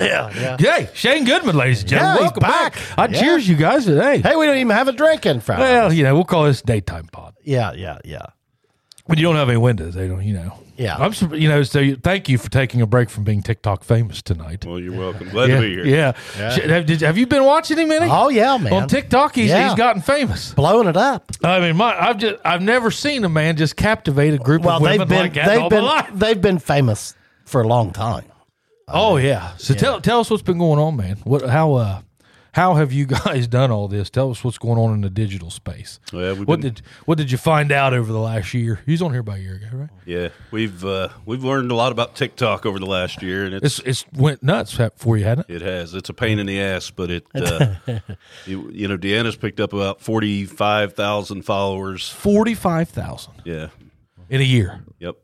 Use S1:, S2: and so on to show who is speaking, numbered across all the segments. S1: Yeah, yeah.
S2: Hey, Shane Goodman, ladies and gentlemen,
S1: Yeah, he's
S2: welcome back.
S1: back.
S2: I
S1: Yeah.
S2: cheers you guys today.
S1: Hey, we don't even have a drink in front. of us.
S2: Well, you know, we'll call this daytime pod.
S1: Yeah, yeah, yeah.
S2: When you don't have any windows, they don't, you know.
S1: Yeah.
S2: I'm, sur- you know, so you, thank you for taking a break from being TikTok famous tonight.
S3: Well, you're welcome. Glad
S2: yeah,
S3: to be here.
S2: yeah. Sh- Have, did- have you been watching him any?
S1: Oh yeah, man.
S2: On TikTok, he's,
S1: Yeah.
S2: he's gotten famous.
S1: blowing it up.
S2: I mean, my, I've just I've never seen a man just captivate a group
S1: Well,
S2: of women
S1: they've been
S2: like that
S1: they've
S2: all
S1: been
S2: my life.
S1: they've been famous for a long time.
S2: Oh yeah. So tell tell us what's been going on, man. What how uh how have you guys done all this? Tell us what's going on in the digital space.
S3: Yeah, we've
S2: what
S3: been-
S2: did what did you find out over the last year? He's on here about a year ago, right?
S3: Yeah, we've uh, we've learned a lot about TikTok over the last year, and it's,
S2: It's it's went nuts ha- for you, hadn't it?
S3: it has it's a pain in the ass, but it uh, you, you know Deanna's picked up about forty five thousand followers.
S2: Forty five thousand
S3: Yeah,
S2: in a year.
S3: yep,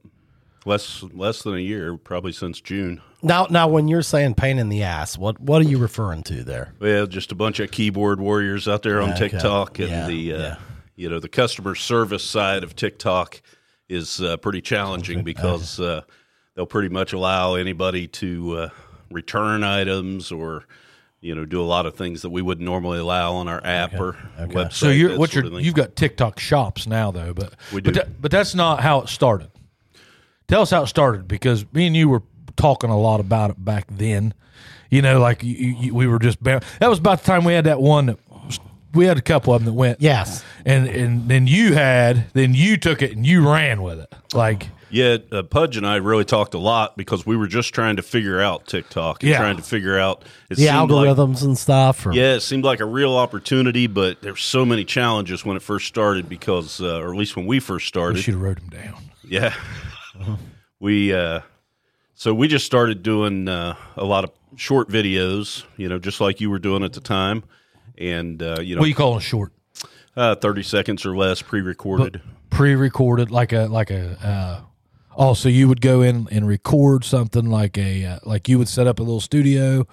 S3: less less than a year, probably since June.
S1: Now, now, when you're saying pain in the ass, what what are you referring to there?
S3: Well, just a bunch of keyboard warriors out there on TikTok, and
S1: Yeah,
S3: the uh,
S1: yeah.
S3: you know the customer service side of TikTok is uh, pretty challenging because uh, they'll pretty much allow anybody to uh, return items or you know do a lot of things that we wouldn't normally allow on our app or website.
S2: So you're
S3: that
S2: what you're
S3: sort of thing.
S2: you've got TikTok shops now though, but
S3: We
S2: but,
S3: do.
S2: that- but that's not how it started. Tell us how it started because me and you were talking a lot about it back then. You know, like you, you, you- we were just bou- that was about the time we had that one that we had a couple of them that went
S1: Yes.
S2: and and then you had then you took it and you ran with it like
S3: Yeah, uh, Pudge and I really talked a lot because we were just trying to figure out TikTok and
S2: Yeah.
S3: trying to figure out it
S1: The
S3: seemed like-
S1: algorithms and stuff. Or,
S3: Yeah, it seemed like a real opportunity, but there's so many challenges when it first started because, uh, or at least when we first
S2: we
S3: started.
S2: should have wrote them down.
S3: yeah, we uh, so we just started doing uh, a lot of short videos, you know, just like you were doing at the time, and uh, you know,
S2: What do you call them short?
S3: uh, thirty seconds or less, pre-recorded.
S2: pre-recorded like a like a uh oh so you would go in and record something like a uh, like you would set up a little studio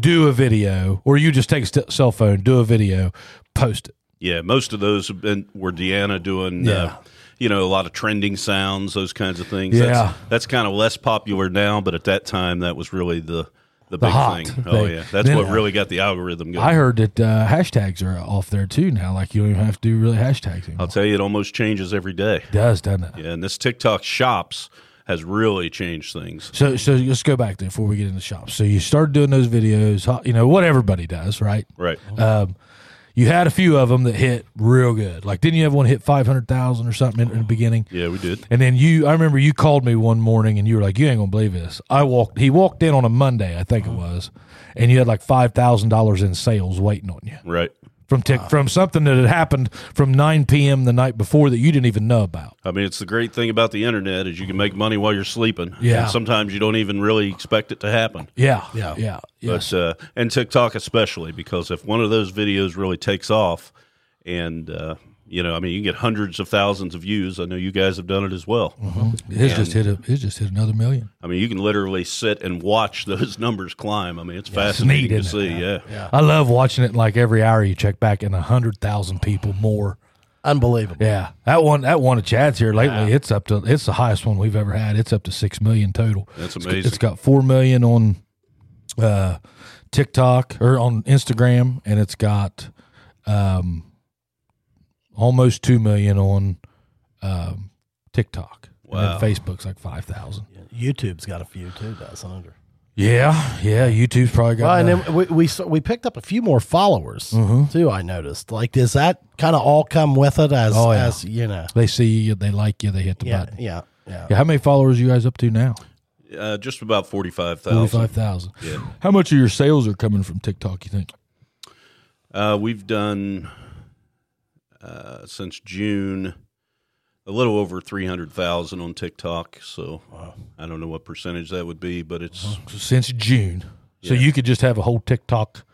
S2: do a video or you just take a st- cell phone do a video post it
S3: yeah, most of those have been were Deanna doing.
S2: Yeah.
S3: Uh, you know, a lot of trending sounds, those kinds of things.
S2: Yeah.
S3: That's, that's kind of less popular now, but at that time, that was really the the, big
S2: hot
S3: thing. Oh
S2: thing.
S3: yeah, that's
S2: Then-
S3: what really got the algorithm going.
S2: i heard that uh, hashtags are off there too now like you don't even have to do really hashtags anymore
S3: I'll tell you, it almost changes every day.
S2: it does doesn't it
S3: Uh, Yeah, and this TikTok shops has really changed things.
S2: so so let's go back there before we get into shops so you started doing those videos ho- you know what everybody does right
S3: Right.
S2: um you had a few of them that hit real good like didn't you have one hit 500000 or something in, in the beginning
S3: yeah, we did.
S2: And then you, I remember you called me one morning and you were like, "You ain't gonna believe this." I walked. He walked in on a Monday, I think it was, and you had like five thousand dollars in sales waiting on you
S3: Right.
S2: from tick from something that had happened from nine p.m. the night before that you didn't even know about.
S3: I mean, it's the great thing about the internet is you can make money while you're sleeping.
S2: Yeah.
S3: And sometimes you don't even really expect it to happen.
S2: Yeah,
S1: Yeah.
S2: yeah, yes.
S3: But uh, and TikTok especially because if one of those videos really takes off, and uh, you know, I mean, you get hundreds of thousands of views. I know you guys have done it as well.
S2: It's just hit a, it's just hit another million.
S3: I mean, you can literally sit and watch those numbers climb. I mean, it's
S2: neat,
S3: fascinating to
S2: isn't
S3: see. Yeah.
S2: I love watching it. Like every hour you check back, and a hundred thousand people more.
S1: Unbelievable.
S2: Yeah, that one, that one of Chad's here lately. It's up to it's the highest one we've ever had. It's up to six million total.
S3: That's
S2: It's-
S3: amazing.
S2: it's got four million on uh, TikTok or on Instagram, and it's got um, almost two million on um, TikTok.
S3: Wow.
S2: And then Facebook's like five thousand.
S1: YouTube's got a few too, doesn't it? Or-
S2: Yeah, yeah. YouTube's probably got.
S1: Well, and
S2: another-
S1: then we we, saw- we picked up a few more followers too. I noticed. Like, does that kind of all come with it? As
S2: Oh, yeah.
S1: as you know,
S2: they see you, they like you, they hit the
S1: yeah,
S2: button.
S1: yeah, yeah,
S2: Yeah, how many followers you guys up to now?
S3: Uh, just about forty-five
S2: Forty
S3: thousand.
S2: five thousand. How much of your sales are coming from TikTok? You think?
S3: Uh, we've done uh, since June a little over three hundred thousand on TikTok. So I don't know what percentage that would be, but it's
S2: since June. So you could just have a whole TikTok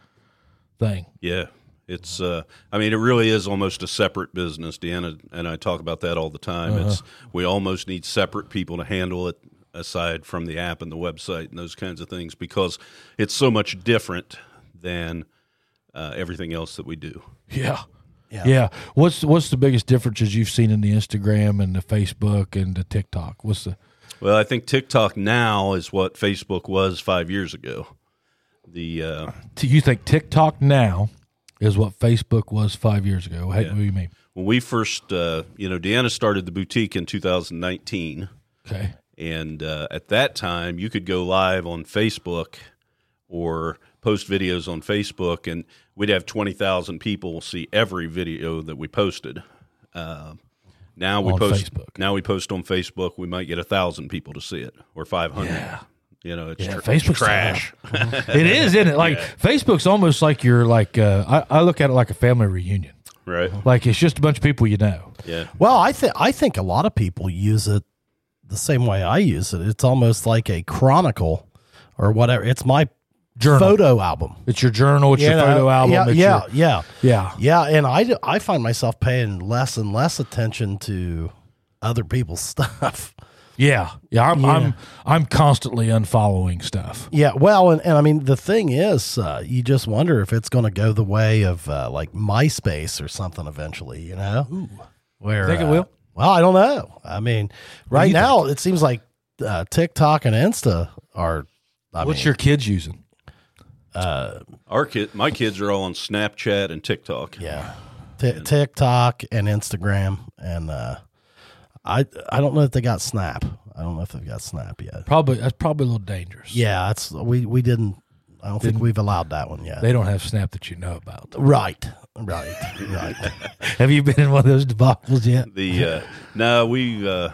S2: thing.
S3: yeah, it's. Uh, I mean, it really is almost a separate business. Deanna and I talk about that all the time. It's we almost need separate people to handle it aside from the app and the website and those kinds of things because it's so much different than uh, everything else that we do.
S2: Yeah. Yeah.
S1: Yeah.
S2: What's what's the biggest differences you've seen in the Instagram and the Facebook and the TikTok? What's the
S3: Well, I think TikTok now is what Facebook was five years ago. the uh,
S2: T- You think TikTok now is what Facebook was five years ago? Heck, What do you mean?
S3: when we first uh, you know Deanna started the boutique in 2019,
S2: Okay.
S3: and uh, at that time you could go live on Facebook or post videos on Facebook, and we'd have 20,000 people see every video that we posted. Uh, now we
S2: On
S3: post
S2: Facebook.
S3: now we post on Facebook. We might get a thousand people to see it or 500. You know, it's
S2: Yeah,
S3: tr-
S2: Facebook's
S3: trash.
S2: it is, isn't it? Like Facebook's almost like you're like uh, I, I look at it like a family reunion.
S3: right?
S2: Like it's just a bunch of people you know.
S3: Yeah.
S1: Well, I think I think a lot of people use it the same way I use it. It's almost like a chronicle or whatever. It's my
S2: Journal.
S1: photo album.
S2: It's your journal. It's
S1: You
S2: your
S1: know?
S2: photo album.
S1: Yeah,
S2: it's
S1: yeah,
S2: your-
S1: yeah,
S2: yeah.
S1: yeah. And I do- I find myself paying less and less attention to other people's stuff.
S2: Yeah, yeah. I'm I'm I'm constantly unfollowing stuff.
S1: Yeah, well, and, and I mean the thing is, uh, you just wonder if it's going to go the way of uh, like MySpace or something eventually. You know, where
S2: Think it
S1: uh,
S2: will?
S1: Well, I don't know. I mean, right
S2: you
S1: now it seems like uh, TikTok and Insta are. I
S2: What's
S1: mean,
S2: your kids using?
S3: Our kid, my kids are all on Snapchat and TikTok.
S1: yeah, Ti- TikTok and Instagram, and uh, I I don't know if they got Snap. I don't know if they've got Snap yet.
S2: Probably that's probably a little dangerous.
S1: Yeah, that's we we didn't. I don't think we've allowed that one yet.
S2: They don't have Snap that you know about.
S1: right, right, right.
S2: Have you been in one of those debacles yet?
S3: The uh, no, we. Uh,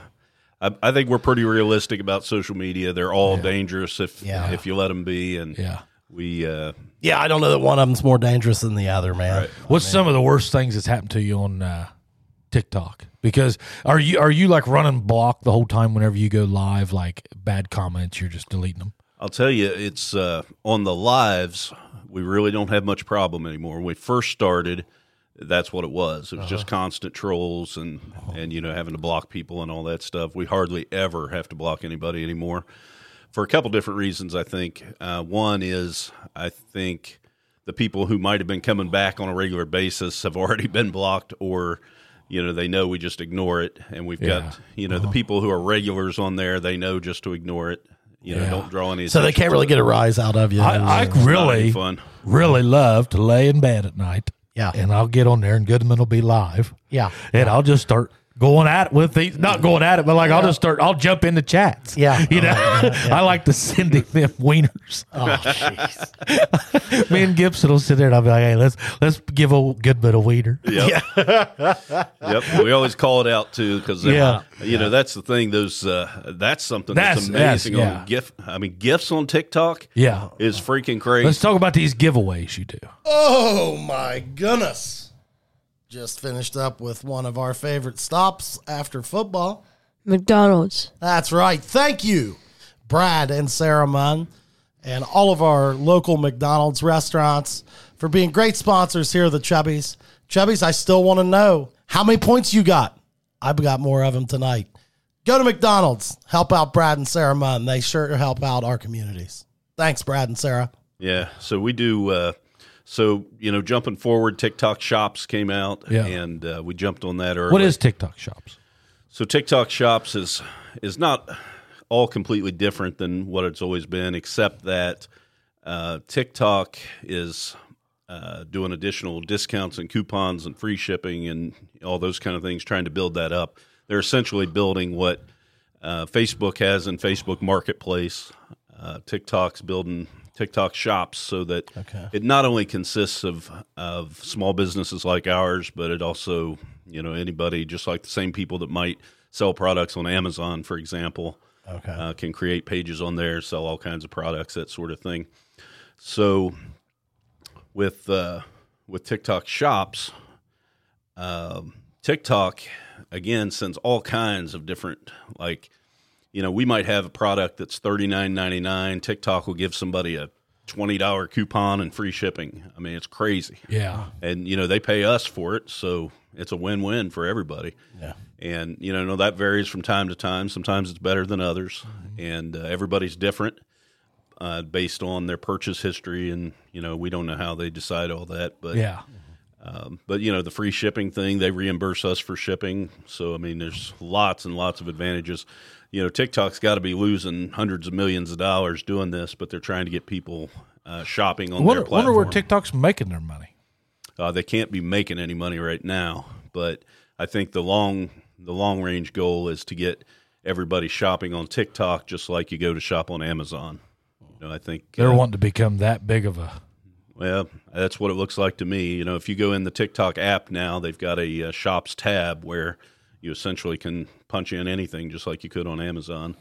S3: I, I think we're pretty realistic about social media. They're all dangerous if
S1: Yeah.
S3: if you let them be, and
S2: Yeah.
S3: we. Uh,
S1: Yeah, I don't know that one of them's more dangerous than the other, man.
S2: What's some of the worst things that's happened to you on uh, TikTok? Because are you are you like running block the whole time whenever you go live? Like bad comments, you're just deleting them.
S3: I'll tell you, it's uh, on the lives. We really don't have much problem anymore. When we first started, that's what it was. It was just constant trolls and and you know having to block people and all that stuff. We hardly ever have to block anybody anymore, for a couple different reasons. I think uh, one is I think the people who might have been coming back on a regular basis have already been blocked or. You know, they know we just ignore it, and we've got you know
S2: Uh-huh.
S3: the people who are regulars on there. They know just to ignore it. You know,
S2: Yeah.
S3: don't draw any
S1: So they
S3: attention
S1: can't
S3: to
S1: really
S3: it.
S1: get a rise out of you.
S2: I, I
S3: Not any
S2: really
S3: fun.
S2: really love to lay in bed at night.
S1: Yeah.
S2: and I'll get on there and Goodman will be live.
S1: Yeah.
S2: and I'll just start going at it with these. Not going at it, but like I'll just start. I'll jump into chats.
S1: Yeah.
S2: you know, I like to send him them wieners.
S1: oh, jeez.
S2: Me and Gibson will sit there and I'll be like, "Hey, let's let's give a Goodman a wiener."
S3: Yep. yep. We always call it out too because
S2: Yeah.
S3: you know that's the thing. Those uh, that's something that's,
S2: That's- that's-
S3: amazing
S2: yeah.
S3: on gift. I mean, gifts on TikTok
S2: Yeah.
S3: is freaking crazy.
S2: Let's talk about these giveaways you do.
S1: oh my goodness. Just finished up with one of our favorite stops after football.
S4: McDonald's.
S1: That's right. Thank you, Brad and Sarah Munn, and all of our local McDonald's restaurants for being great sponsors here at the Chubbies. Chubbies, I still want to know how many points you got. I've got more of them tonight. Go to McDonald's, help out Brad and Sarah Munn. They sure help out our communities. Thanks, Brad and Sarah.
S3: Yeah. So we do. Uh, so you know, jumping forward, TikTok Shops came out,
S2: Yeah.
S3: and uh, we jumped on that early.
S2: What is TikTok shops?
S3: So TikTok Shops is is not all completely different than what it's always been, except that uh, TikTok is uh, doing additional discounts and coupons and free shipping and all those kind of things, trying to build that up. They're essentially building what uh, Facebook has in Facebook Marketplace. Uh, TikTok's building TikTok shops so that it not only consists of of small businesses like ours, but it also you know anybody just like the same people that might sell products on Amazon, for example,
S1: Okay.
S3: uh, can create pages on there, sell all kinds of products, that sort of thing. So with uh, with TikTok shops, um, TikTok again sends all kinds of different like you know we might have a product that's thirty nine ninety nine. TikTok will give somebody a twenty dollar coupon and free shipping. I mean it's crazy,
S2: Yeah.
S3: and you know they pay us for it, so it's a win win for everybody.
S1: Yeah.
S3: And you know, no, that varies from time to time. Sometimes it's better than others, and uh, everybody's different uh, based on their purchase history. And you know, we don't know how they decide all that, but
S2: Yeah.
S3: but you know, the free shipping thing, they reimburse us for shipping. So I mean, there's lots and lots of advantages. You know, TikTok's got to be losing hundreds of millions of dollars doing this, but they're trying to get people uh, shopping on
S2: Wonder,
S3: their platform.
S2: wonder where TikTok's making their money.
S3: Uh, they can't be making any money right now, but I think the long the long range goal is to get everybody shopping on TikTok, just like you go to shop on Amazon. You know, I think
S2: They're
S3: uh,
S2: wanting to become that big of a.
S3: well, that's what it looks like to me. You know, if you go in the TikTok app now, they've got a uh, shops tab where you essentially can punch in anything, just like you could on Amazon.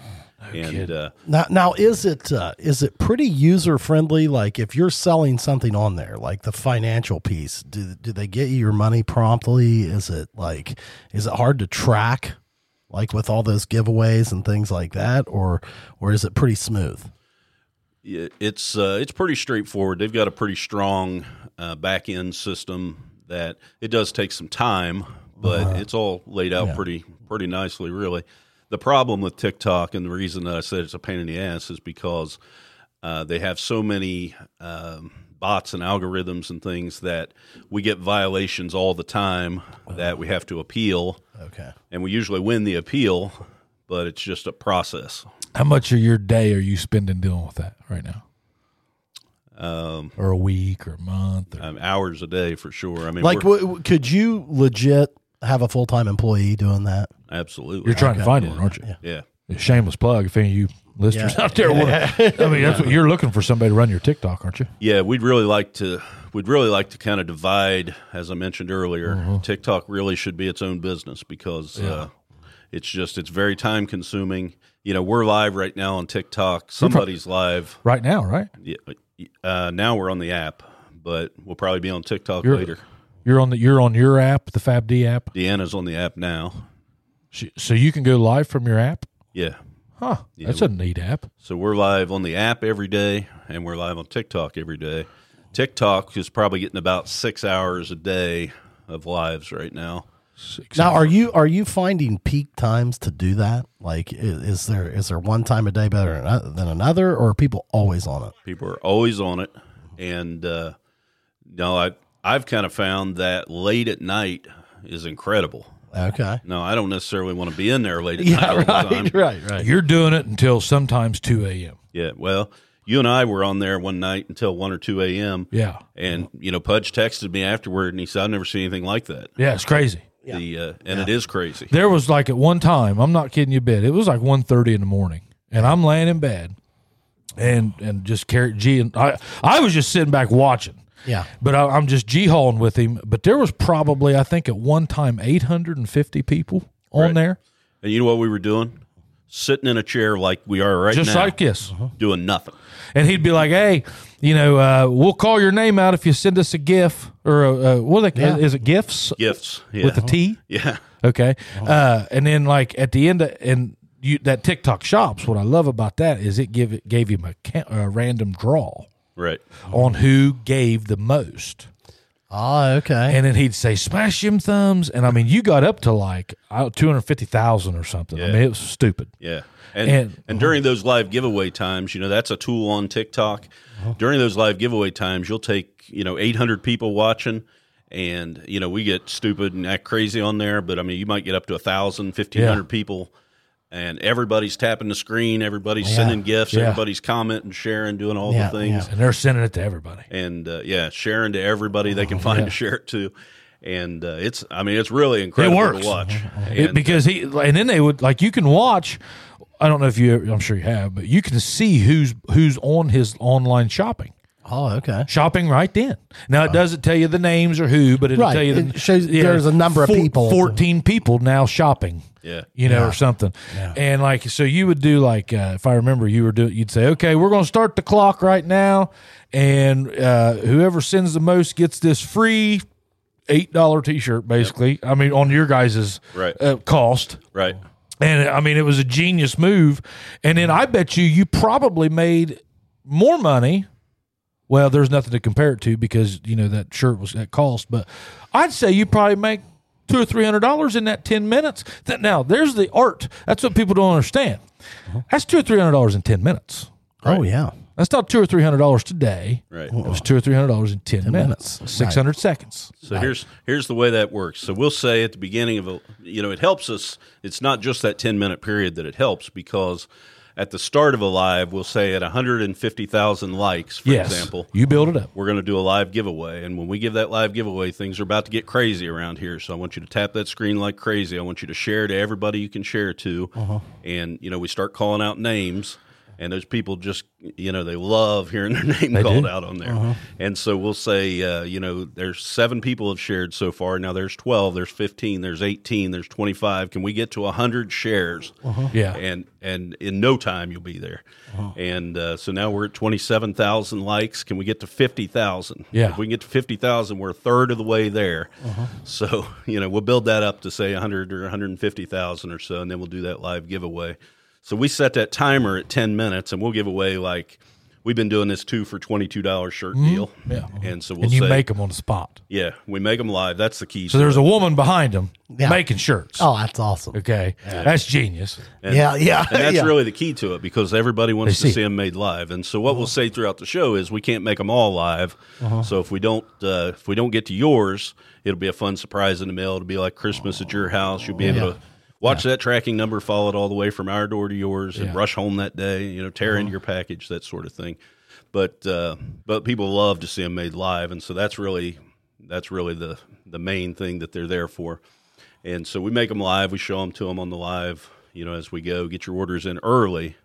S3: and uh,
S1: Now, now is it uh, is it pretty user friendly? Like if you're selling something on there, like the financial piece, do do they get you your money promptly? Is it like is it hard to track, like with all those giveaways and things like that, or or is it pretty smooth?
S3: Yeah, it's uh, it's pretty straightforward. They've got a pretty strong uh, back end system that it does take some time, but it's all laid out pretty pretty nicely. Really, the problem with TikTok and the reason that I said it's a pain in the ass is because uh, they have so many um, bots and algorithms and things that we get violations all the time that we have to appeal,
S1: Okay.
S3: and we usually win the appeal, but it's just a process.
S2: How much of your day are you spending dealing with that right now? Um, or a week or a month? Or,
S3: Um, hours a day for sure. I mean,
S1: Like,
S3: we're-
S1: w- w- could you legit have a full time employee doing that?
S3: Absolutely.
S2: you're trying to find one, aren't you?
S3: Yeah.
S2: A shameless plug. If any of you listeners
S1: Yeah.
S2: out there want, I mean, that's what you're looking for somebody to run your TikTok, aren't you?
S3: Yeah, we'd really like to we'd really like to kind of divide as I mentioned earlier.
S2: Mm-hmm.
S3: TikTok really should be its own business because uh, it's just it's very time consuming. You know, we're live right now on TikTok. Somebody's live.
S2: Right now, right?
S3: Yeah, Uh, now we're on the app, but we'll probably be on TikTok
S2: You're-
S3: later.
S2: You're on the you're on your app, the FabD app.
S3: Deanna's on the app now.
S2: Sh- So you can go live from your app.
S3: Yeah.
S2: Huh? that's a neat app.
S3: So we're live on the app every day and we're live on TikTok every day. TikTok is probably getting about 6 hours a day of lives right now.
S1: Now, are you are you finding peak times to do that? Like, i- is there is there one time a day better than ano- than another, or are people always on it?
S3: people are always on it and uh, no i i've kind of found that late at night is incredible
S1: Okay.
S3: no i don't necessarily want to be in there late at night
S1: Yeah.
S3: all the time
S1: Right. Right. Right.
S2: You're doing it until sometimes two a.m.
S3: yeah well you and i were on there one night until 1 or 2 a.m
S2: Yeah,
S3: and you know pudge texted me afterward and he said i've never seen anything like that
S2: yeah, it's crazy.
S3: the uh, and it is crazy
S2: There was like at one time, I'm not kidding you a bit. It was like 1.30 in the morning, and I'm laying in bed, and and just carry G and I I was just sitting back watching.
S1: Yeah.
S2: But I, I'm just g hauling with him. But there was probably I think at one time 850 people on
S3: Right.
S2: there,
S3: and you know what we were doing sitting in a chair like we are right
S2: just
S3: now Uh-huh.
S2: like this.
S3: doing nothing
S2: and he'd be like, "Hey, you know, uh, we'll call your name out if you send us a GIF or a, uh, what are they,
S1: Yeah.
S2: is it gifts
S3: gifts yeah Uh-huh.
S2: with a T?
S3: yeah
S2: Okay, uh, and then like at the end of, and you that TikTok shops. What I love about that is it give it gave him a, ca- a random draw
S3: right
S2: on who gave the most.
S1: Ah. Okay.
S2: And then he'd say, "Smash them thumbs," and I mean, you got up to like uh, two hundred fifty thousand or something. I mean, it was stupid.
S3: Yeah. And,
S2: And-
S3: and during those live giveaway times, you know, that's a tool on TikTok. During those live giveaway times, you'll take, you know, 800 people watching and, you know, we get stupid and act crazy on there, but I mean, you might get up to 1,000, 1,500 people and everybody's tapping the screen, everybody's sending gifts,
S2: Yeah.
S3: everybody's commenting, sharing, doing all
S1: Yeah,
S3: the things
S2: And they're sending it to everybody.
S3: and uh, yeah, sharing to everybody they can find to share it to. And uh, it's, I mean, it's really incredible
S2: works.
S3: to watch.
S2: It,
S3: And-
S2: because he and then they would like you can watch. I don't know if you, I'm sure you have, but you can see who's who's on his online shopping,
S1: oh. Okay.
S2: shopping right then. Now it doesn't tell you the names or who, but it'll
S1: Right.
S2: tell you the,
S1: It shows there's a number of people.
S2: fourteen people now shopping.
S3: Yeah.
S2: you know, or something. And like, so you would do like, uh, if I remember, you were doing, you'd say, okay, we're going to start the clock right now, and uh, whoever sends the most gets this free. Eight dollar T-shirt, basically. I mean, on your guys's
S3: Right.
S2: uh, cost,
S3: right.
S2: and I mean, it was a genius move. And then I bet you, you probably made more money. Well, there's nothing to compare it to because you know that shirt was at cost. But I'd say you probably make two or three hundred dollars in that ten minutes. That now there's the art. That's what people don't understand.
S3: Uh-huh.
S2: That's two or three hundred dollars in ten minutes.
S1: Oh. Yeah.
S2: That's not two or three hundred dollars today.
S3: Right.
S2: It was two or three hundred dollars in ten, minutes.
S1: minutes.
S2: Six hundred seconds.
S3: So here's here's the way that works. So we'll say at the beginning of a, you know, it helps us. It's not just that ten minute period that it helps because at the start of a live, we'll say at 150,000 likes, for
S2: yes.
S3: example,
S2: You build it up.
S3: we're going to do a live giveaway. And when we give that live giveaway, things are about to get crazy around here. So I want you to tap that screen like crazy. I want you to share to everybody you can share to. And, you know, we start calling out names. And those people just, you know, they love hearing their name called out on there. And so we'll say, uh, you know, there's seven people have shared so far. Now there's 12, there's 15, there's 18, there's 25. Can we get to 100 shares?
S2: Yeah.
S3: and and in no time you'll be there. And uh, so now we're at twenty seven thousand likes. Can we get to fifty thousand?
S2: Yeah.
S3: if we can get to fifty thousand, we're a third of the way there. So you know we'll build that up to say hundred or one hundred and fifty thousand or so, and then we'll do that live giveaway. So we set that timer at ten minutes, and we'll give away like we've been doing this two for twenty two dollar shirt deal. Yeah, and so we'll
S2: and you
S3: say.
S2: make them on the spot.
S3: yeah, we make them live. That's the key.
S2: So there's a woman behind them
S1: Yeah.
S2: making shirts.
S1: Oh, that's awesome.
S2: Okay. That's genius.
S1: yeah, yeah.
S3: And that's
S1: yeah.
S3: really the key to it because everybody wants
S2: They
S3: to
S2: see
S3: see them made live. And so what
S1: Uh-huh.
S3: we'll say throughout the show is we can't make them all live. So if we don't uh, if we don't get to yours, it'll be a fun surprise in the mail. It'll be like Christmas at your house. You'll be able to watch that tracking number, follow it all the way from our door to yours, and rush home that day. You know, tear
S1: Uh-huh.
S3: into your package, that sort of thing. But uh, but people love to see them made live, and so that's really that's really the the main thing that they're there for. And so we make them live. We show them to them on the live, you know, as we go. Get your orders in early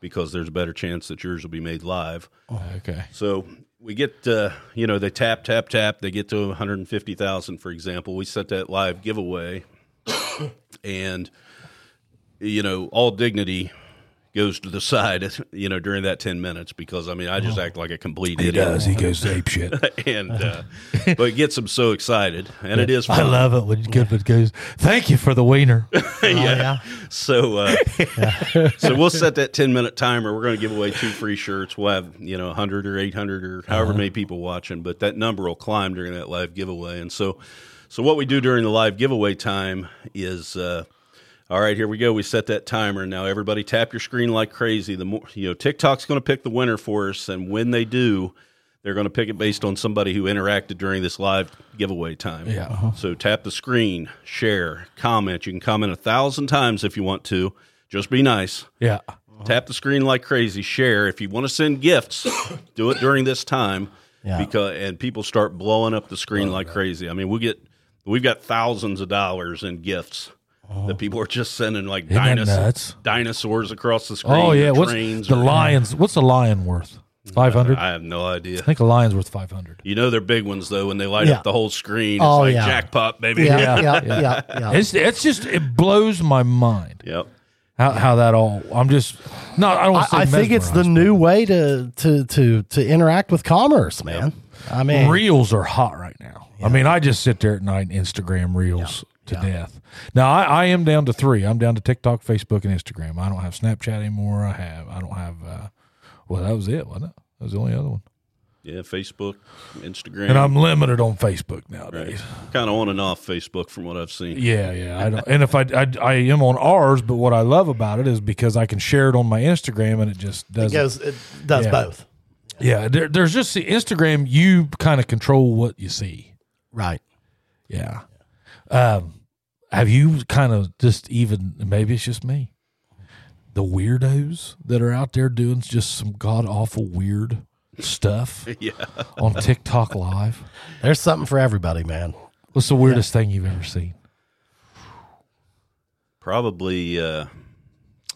S3: because there's a better chance that yours will be made live.
S2: Okay.
S3: So we get, uh, you know, they tap, tap, tap. They get to 150,000, for example. We sent that live giveaway, and you know, all dignity goes to the side, you know, during that 10 minutes because I mean, I just act like a complete
S2: Oh. He
S3: idiot.
S2: does. He goes ape shit.
S3: And uh, but it gets them so excited, and it is fun.
S2: I love it when Goodwood goes, thank you for the wiener. Oh,
S1: yeah.
S3: So, uh, so we'll set that ten minute timer. We're going to give away two free shirts. We'll have you know hundred or eight hundred or however
S2: Uh-huh.
S3: many people watching, but that number will climb during that live giveaway. And so, so what we do during the live giveaway time is, uh, all right, here we go. We set that timer. Now everybody tap your screen like crazy. The more you know, TikTok's going to pick the winner for us, and when they do. They're going to pick it based on somebody who interacted during this live giveaway time.
S2: Yeah. Uh-huh.
S3: So tap the screen, share, comment. You can comment a thousand times if you want to. Just be nice.
S2: Yeah.
S3: Tap the screen like crazy. Share if you want to send gifts. do it during this time
S1: Yeah.
S3: because and people start blowing up the screen like crazy. I mean, we get we've got thousands of dollars in gifts that people are just sending like
S2: Oh. that
S3: dinos-
S2: nuts?
S3: dinosaurs across the screen.
S2: Oh,
S3: or
S2: yeah. What's
S3: trains
S2: the
S3: or-
S2: lion's? What's a lion worth? 500? I
S3: I have no idea.
S2: think a lion's worth 500.
S3: You know they're big ones though when they light
S1: Yeah.
S3: up the whole screen. It's
S1: Oh,
S3: like
S1: yeah.
S3: jackpot, baby.
S1: Yeah, yeah, yeah, yeah.
S2: It's, it's just, it blows my mind
S3: Yep.
S2: how, how that all, I'm just, no, I don't
S1: I,
S2: want to say
S1: I think it's the
S2: mesmerized.
S1: new way to to to to interact with commerce, man. I mean,
S2: reels are hot right now. I mean, I just sit there at night and Instagram reels to death. Now I, I am down to three. I'm down to TikTok, Facebook, and Instagram. I don't have Snapchat anymore. I have I don't have uh well that was it, wasn't it? That was the only other one.
S3: Yeah, Facebook, Instagram.
S2: And I'm limited on Facebook nowadays.
S3: kind of on and off Facebook from what I've seen.
S2: Yeah, yeah. I don't, and if I, I I am on ours, but what I love about it is because I can share it on my Instagram, and it just doesn't.
S1: goes it does
S2: Yeah.
S1: both,
S2: yeah, there, there's just the Instagram. You kind of control what you see.
S1: right?
S2: Yeah. Um, have you kind of just even maybe it's just me, the weirdos that are out there doing just some god awful weird stuff
S3: Yeah.
S2: on TikTok Live?
S1: There's something for everybody, man.
S2: What's the weirdest thing you've ever seen?
S3: Probably. Uh,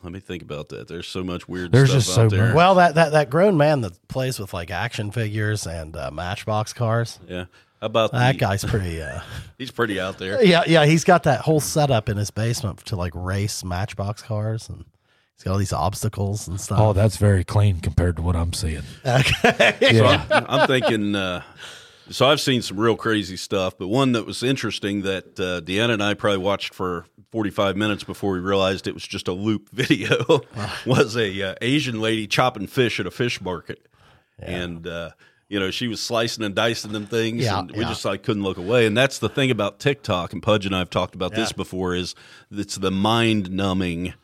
S3: let me think about that. There's so much weird.
S2: There's
S3: stuff
S2: just
S3: out
S2: so
S3: there.
S2: much.
S1: Well, that that that grown man that plays with like action figures and uh, Matchbox cars.
S3: Yeah. How about
S1: That
S3: the-
S1: guy's pretty. Uh,
S3: He's pretty out there.
S1: yeah, yeah. He's got that whole setup in his basement to like race Matchbox cars, and he's got all these obstacles and
S2: Oh,
S1: stuff.
S2: that's very clean compared to what I'm seeing.
S3: So I'm, I'm thinking. Uh, so I've seen some real crazy stuff, but one that was interesting that uh, Deanna and I probably watched for 45 minutes before we realized it was just a loop video was a uh, Asian lady chopping fish at a fish market, and uh, you know she was slicing and dicing them things,
S1: Yeah,
S3: and we
S1: yeah.
S3: just like couldn't look away. And that's the thing about TikTok and Pudge and I have talked about this before is it's the mind numbing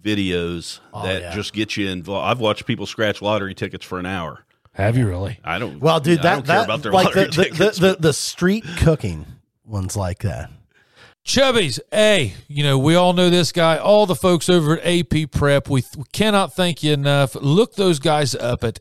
S3: videos that
S1: Oh, yeah.
S3: just get you involved. I've watched people scratch lottery tickets for an hour.
S2: Have you really?
S3: I don't.
S1: Well, dude,
S3: I
S1: that
S3: don't
S1: that
S3: care about their
S1: like the,
S3: lottery
S1: the,
S3: tickets.
S1: the, the the street cooking ones like that.
S4: Chubbies, hey, you know, we all know this guy, all the folks over at AP Prep. We, th- we cannot thank you enough. Look those guys up at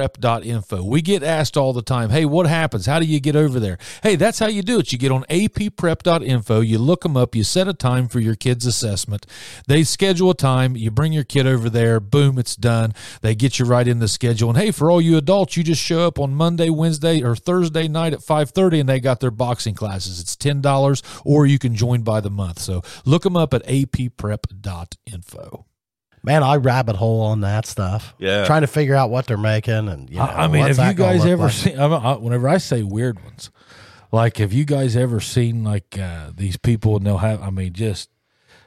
S4: apprep.info. We get asked all the time, hey, what happens? How do you get over there? Hey, that's how you do it. You get on apprep.info, you look them up, you set a time for your kid's assessment. They schedule a time, you bring your kid over there, boom, it's done. They get you right in the schedule. And hey, for all you adults, you just show up on Monday, Wednesday, or Thursday night at 5:30 and they got their boxing classes. It's $10 or you can join by the month. So look them up at apprep.info.
S1: Man, I rabbit hole on that stuff.
S3: Yeah.
S1: Trying to figure out what they're making and you know,
S2: I, I mean,
S1: what's
S2: have you
S1: that gonna
S2: guys
S1: look
S2: ever
S1: like.
S2: seen? I, I, whenever I say weird ones, like have you guys ever seen like uh, these people and they'll have? I mean, just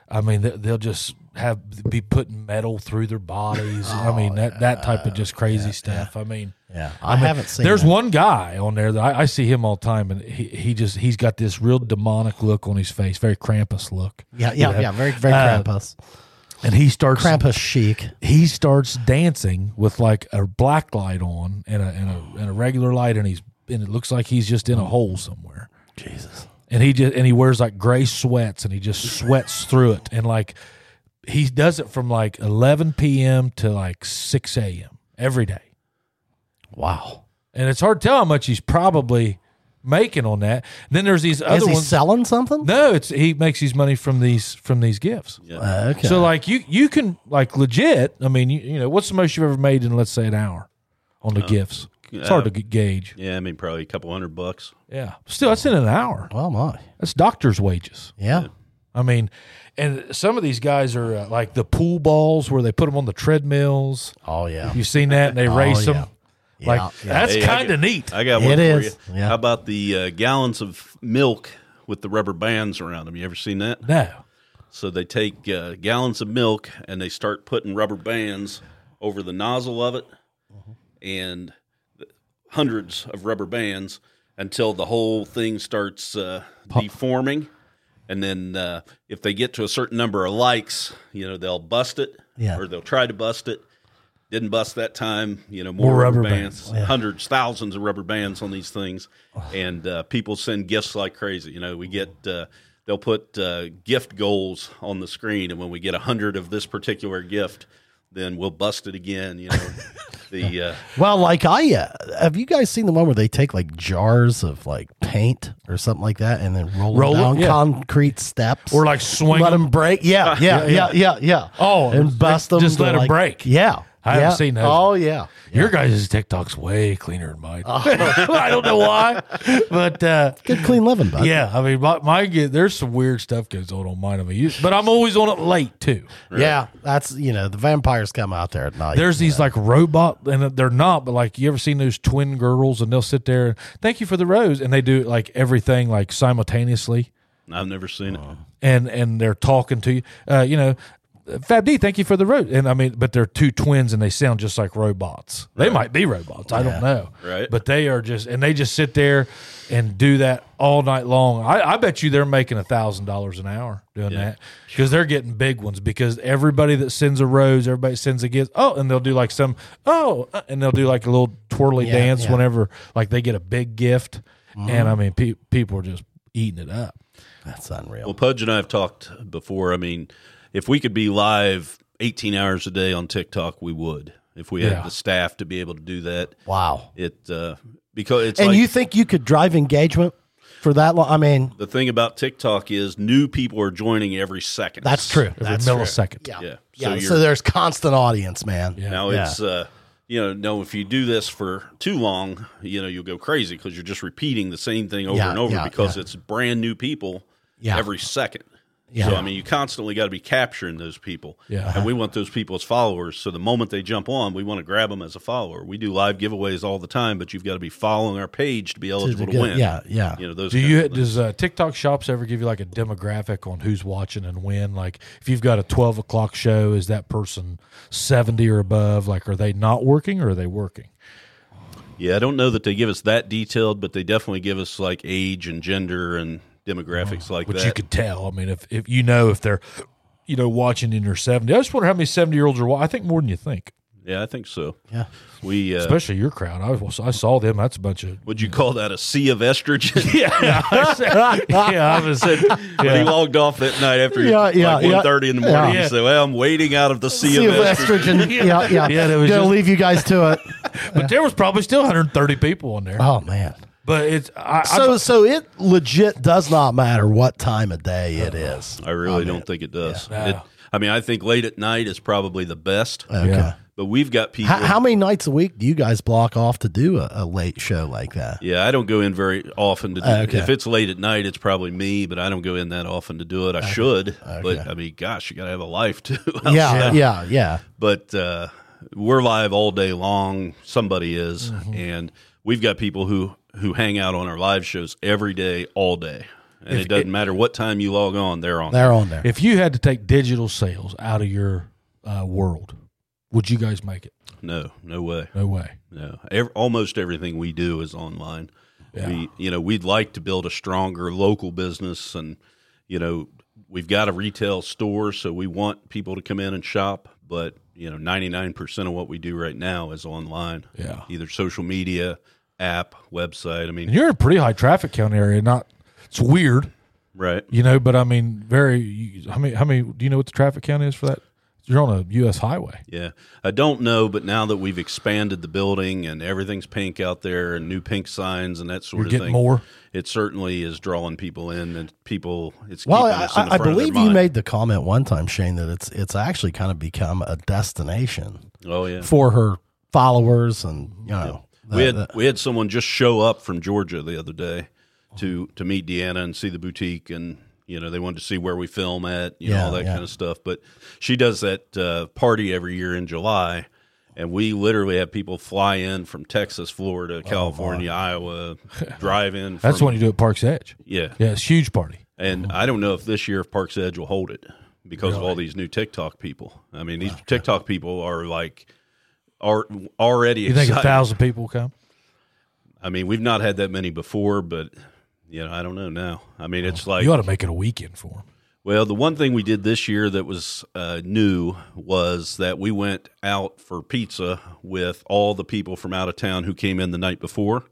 S2: I mean they, they'll just have be putting metal through their bodies. I mean that that type of just crazy stuff. I mean.
S1: Yeah. I, haven't seen
S2: There's
S1: that.
S2: one guy on there that I, I see him all the time, and he, he just he's got this real demonic look on his face, very Krampus look.
S1: Yeah, yeah,
S2: You know?
S1: yeah. Very very
S2: Uh,
S1: Krampus.
S2: And he starts
S1: Krampus chic.
S2: he starts dancing with like a black light on and a and a, and a regular light, and he's and it looks like he's just in a hole somewhere.
S1: Jesus.
S2: And he just and he wears like gray sweats, and he just sweats through it, and like he does it from like 11 p.m. to like 6 a.m. every day.
S1: Wow.
S2: and it's hard to tell how much he's probably making on that. then there's these
S1: Is
S2: other
S1: he
S2: ones.
S1: selling something?
S2: no, it's he makes his money from these from these gifts.
S1: Uh, okay.
S2: So like you you can like legit. I mean, you, you know, what's the most you've ever made in let's say an hour on the gifts? It's hard to g- gauge.
S3: Yeah, I mean, probably a couple hundred bucks.
S2: Yeah, still that's in an hour.
S1: well, Oh, my.
S2: That's doctor's wages.
S1: Yeah.
S2: I mean, and some of these guys are uh, like the pool balls where they put them on the treadmills.
S1: Oh yeah.
S2: You've seen that, and they race
S1: yeah.
S2: them. Like
S1: Yeah, yeah.
S2: that's
S3: Hey, I
S2: kind of
S3: get-
S2: neat.
S3: I got
S1: It
S3: one for
S1: is,
S3: you.
S1: yeah.
S3: How about the uh, gallons of milk with the rubber bands around them? You ever seen that?
S2: no,
S3: So they take uh, gallons of milk and they start putting rubber bands over the nozzle of it, and th- hundreds of rubber bands until the whole thing starts uh, deforming. And then uh, if they get to a certain number of likes, you know they'll bust it,
S1: Yeah.
S3: or they'll try to bust it. Didn't bust that time, you know. More,
S2: More
S3: rubber,
S2: rubber
S3: bands, hundreds, thousands of rubber bands on these things, and uh, people send gifts like crazy. You know, we get uh, they'll put uh, gift goals on the screen, and when we get a hundred of this particular gift, then we'll bust it again. You know, the uh,
S1: Well, like I uh, have you guys seen the one where they take like jars of like paint or something like that and then roll, 'em
S2: Roll it,
S1: down
S2: yeah.
S1: concrete steps
S2: or like swing.
S1: let
S2: 'em.
S1: them break. Yeah, yeah, yeah, yeah, yeah.
S2: Oh,
S1: and bust them.
S2: just let
S1: to,
S2: 'em
S1: like-
S2: break.
S1: Yeah,
S2: I haven't
S1: yeah.
S2: seen those.
S1: Oh yeah.
S2: Your guys' TikTok's way cleaner than mine. I don't know why, but uh,
S1: Good clean living, bud.
S2: yeah, I mean, my, my get- there's some weird stuff goes on on mine. I mean, you- but I'm always on it late too.
S1: yeah. That's you know the vampires come out there at night.
S2: There's these like robot, and they're not, but like you ever seen those twin girls, and they'll sit there, thank you for the rose, and they do like everything like simultaneously,
S3: I've never seen it.
S2: and and they're talking to you, uh, you know. Fab D, thank you for the rose. And I mean, but they're two twins and they sound just like robots. They might be robots. I don't know.
S3: Right.
S2: But they are just, and they just sit there and do that all night long. I, I bet you they're making a thousand dollars an hour doing that because they're getting big ones. Because everybody that sends a rose, everybody sends a gift. Oh, and they'll do like some oh, uh, and they'll do like a little twirly dance
S1: yeah. Mm-hmm.
S2: whenever like they get a big gift. And I mean, pe- people are just eating it up.
S1: that's unreal.
S3: Well, Pudge and I have talked before. I mean, if we could be live 18 hours a day on TikTok, we would. If we
S2: Yeah.
S3: had the staff to be able to do that,
S1: Wow.
S3: it uh, because it's
S1: And
S3: like,
S1: you think you could drive engagement for that long? I mean,
S3: the thing about TikTok is new people are joining every second.
S1: that's true.
S2: Every
S1: That's true.
S2: millisecond.
S1: Yeah.
S3: Yeah. So
S1: Yeah. So,
S3: you're-
S1: there's constant audience, man.
S3: Now
S1: Yeah.
S3: it's uh, you know, no, if you do this for too long, you know, you'll go crazy because you're just repeating the same thing over
S1: Yeah,
S3: and over
S1: yeah,
S3: because
S1: yeah.
S3: it's brand new people
S1: Yeah.
S3: every second.
S1: Yeah.
S3: So I mean, you constantly got to be capturing those people,
S2: Yeah.
S3: and we want those people as followers. So the moment they jump on, we want to grab them as a follower. We do live giveaways all the time, but you've got to be following our page to be eligible to,
S1: good-
S3: win.
S1: yeah, yeah.
S3: You know those.
S2: Do
S3: kinds
S2: you
S3: of things.
S2: does uh, TikTok shops ever give you like a demographic on who's watching and when? Like, if you've got a twelve o'clock show, is that person seventy or above? Like, are they not working or are they working?
S3: Yeah, I don't know that they give us that detailed, but they definitely give us like age and gender and demographics like
S2: Which
S3: that.
S2: you could tell. I mean, if if you know if they're you know watching in their seventy, I just wonder how many seventy year olds are. wa- I think more than you think.
S3: Yeah, I think so.
S1: Yeah.
S3: We uh,
S2: Especially your crowd. I was, I saw them. That's a bunch of.
S3: would you call that a sea of estrogen? Yeah.
S2: yeah, I was.
S3: When he logged off that night after
S1: Yeah, yeah,
S3: like one thirty
S1: yeah.
S3: in the morning,
S2: Yeah.
S3: he said, "Well, I'm waiting out of the sea,
S1: Sea
S3: of
S1: of
S3: estrogen."
S1: estrogen. yeah, yeah.
S2: Yeah, that
S1: Gonna
S2: was just-
S1: leave you guys to it.
S2: But there was probably still 130 people on there.
S1: Oh man.
S2: But it's I,
S1: So so it legit does not matter what time of day it is.
S3: I really don't think it does.
S2: Yeah.
S3: It, I mean, I think late at night is probably the best.
S2: I, yeah.
S3: But we've got people.
S1: How, how many nights a week do you guys block off to do a, a late show like that?
S3: yeah, I don't go in very often to do.
S1: Uh, okay.
S3: If it's late at night, it's probably me, but I don't go in that often to do it. I should, but I mean, gosh, you got to have a life too.
S1: Yeah, yeah, yeah.
S3: but uh, we're live all day long. Somebody is,
S1: Mm-hmm.
S3: and we've got people who who hang out on our live shows every day, all day, and it doesn't matter what time you log on, they're on.
S1: They're on there.
S2: If you had to take digital sales out of your uh, world, would you guys make it?
S3: No, no way,
S2: No way.
S3: no. Ev almost everything we do is online. We, you know, we'd like to build a stronger local business, and you know, we've got a retail store, so we want people to come in and shop, but. You know, ninety nine percent of what we do right now is online.
S2: Yeah.
S3: either social media, app, website. I mean,
S2: And you're in a pretty high traffic count area. Not it's weird,
S3: Right.
S2: you know. But I mean, very. you- How many? How many? Do you know what the traffic count is for that? You're on a U.S. highway.
S3: Yeah. I don't know, but now that we've expanded the building and everything's pink out there and new pink signs and that sort
S2: You're
S3: of
S2: getting
S3: thing,
S2: more.
S3: it certainly is drawing people in and people, it's
S1: Well,
S3: keeping
S1: I,
S3: us in the
S1: I, I
S3: front of their
S1: believe you
S3: mind.
S1: made the comment one time, Shane, that it's it's actually kind of become a destination
S3: Oh, yeah.
S1: for her followers and you know. the-
S3: we had
S1: the-
S3: we had someone just show up from Georgia the other day to to meet Deanna and see the boutique, and you know they wanted to see where we film at, you know,
S1: Yeah,
S3: all that
S1: yeah.
S3: kind of stuff. But she does that uh, party every year in July, and we literally have people fly in from Texas, Florida, California, Iowa, drive in.
S2: Oh, That's
S3: from-
S2: when you do at Park's Edge.
S3: yeah.
S2: Yeah, it's a huge party.
S3: And I don't know if this year if Parks Edge will hold it because of all these new TikTok people. I mean, these TikTok people are like are already
S2: You think a
S3: excited.
S2: thousand people will come?
S3: I mean, we've not had that many before, but you know, I don't know now. I mean, it's like
S2: You ought to make it a weekend for them.
S3: well, the one thing we did this year that was uh, new was that we went out for pizza with all the people from out of town who came in the night before.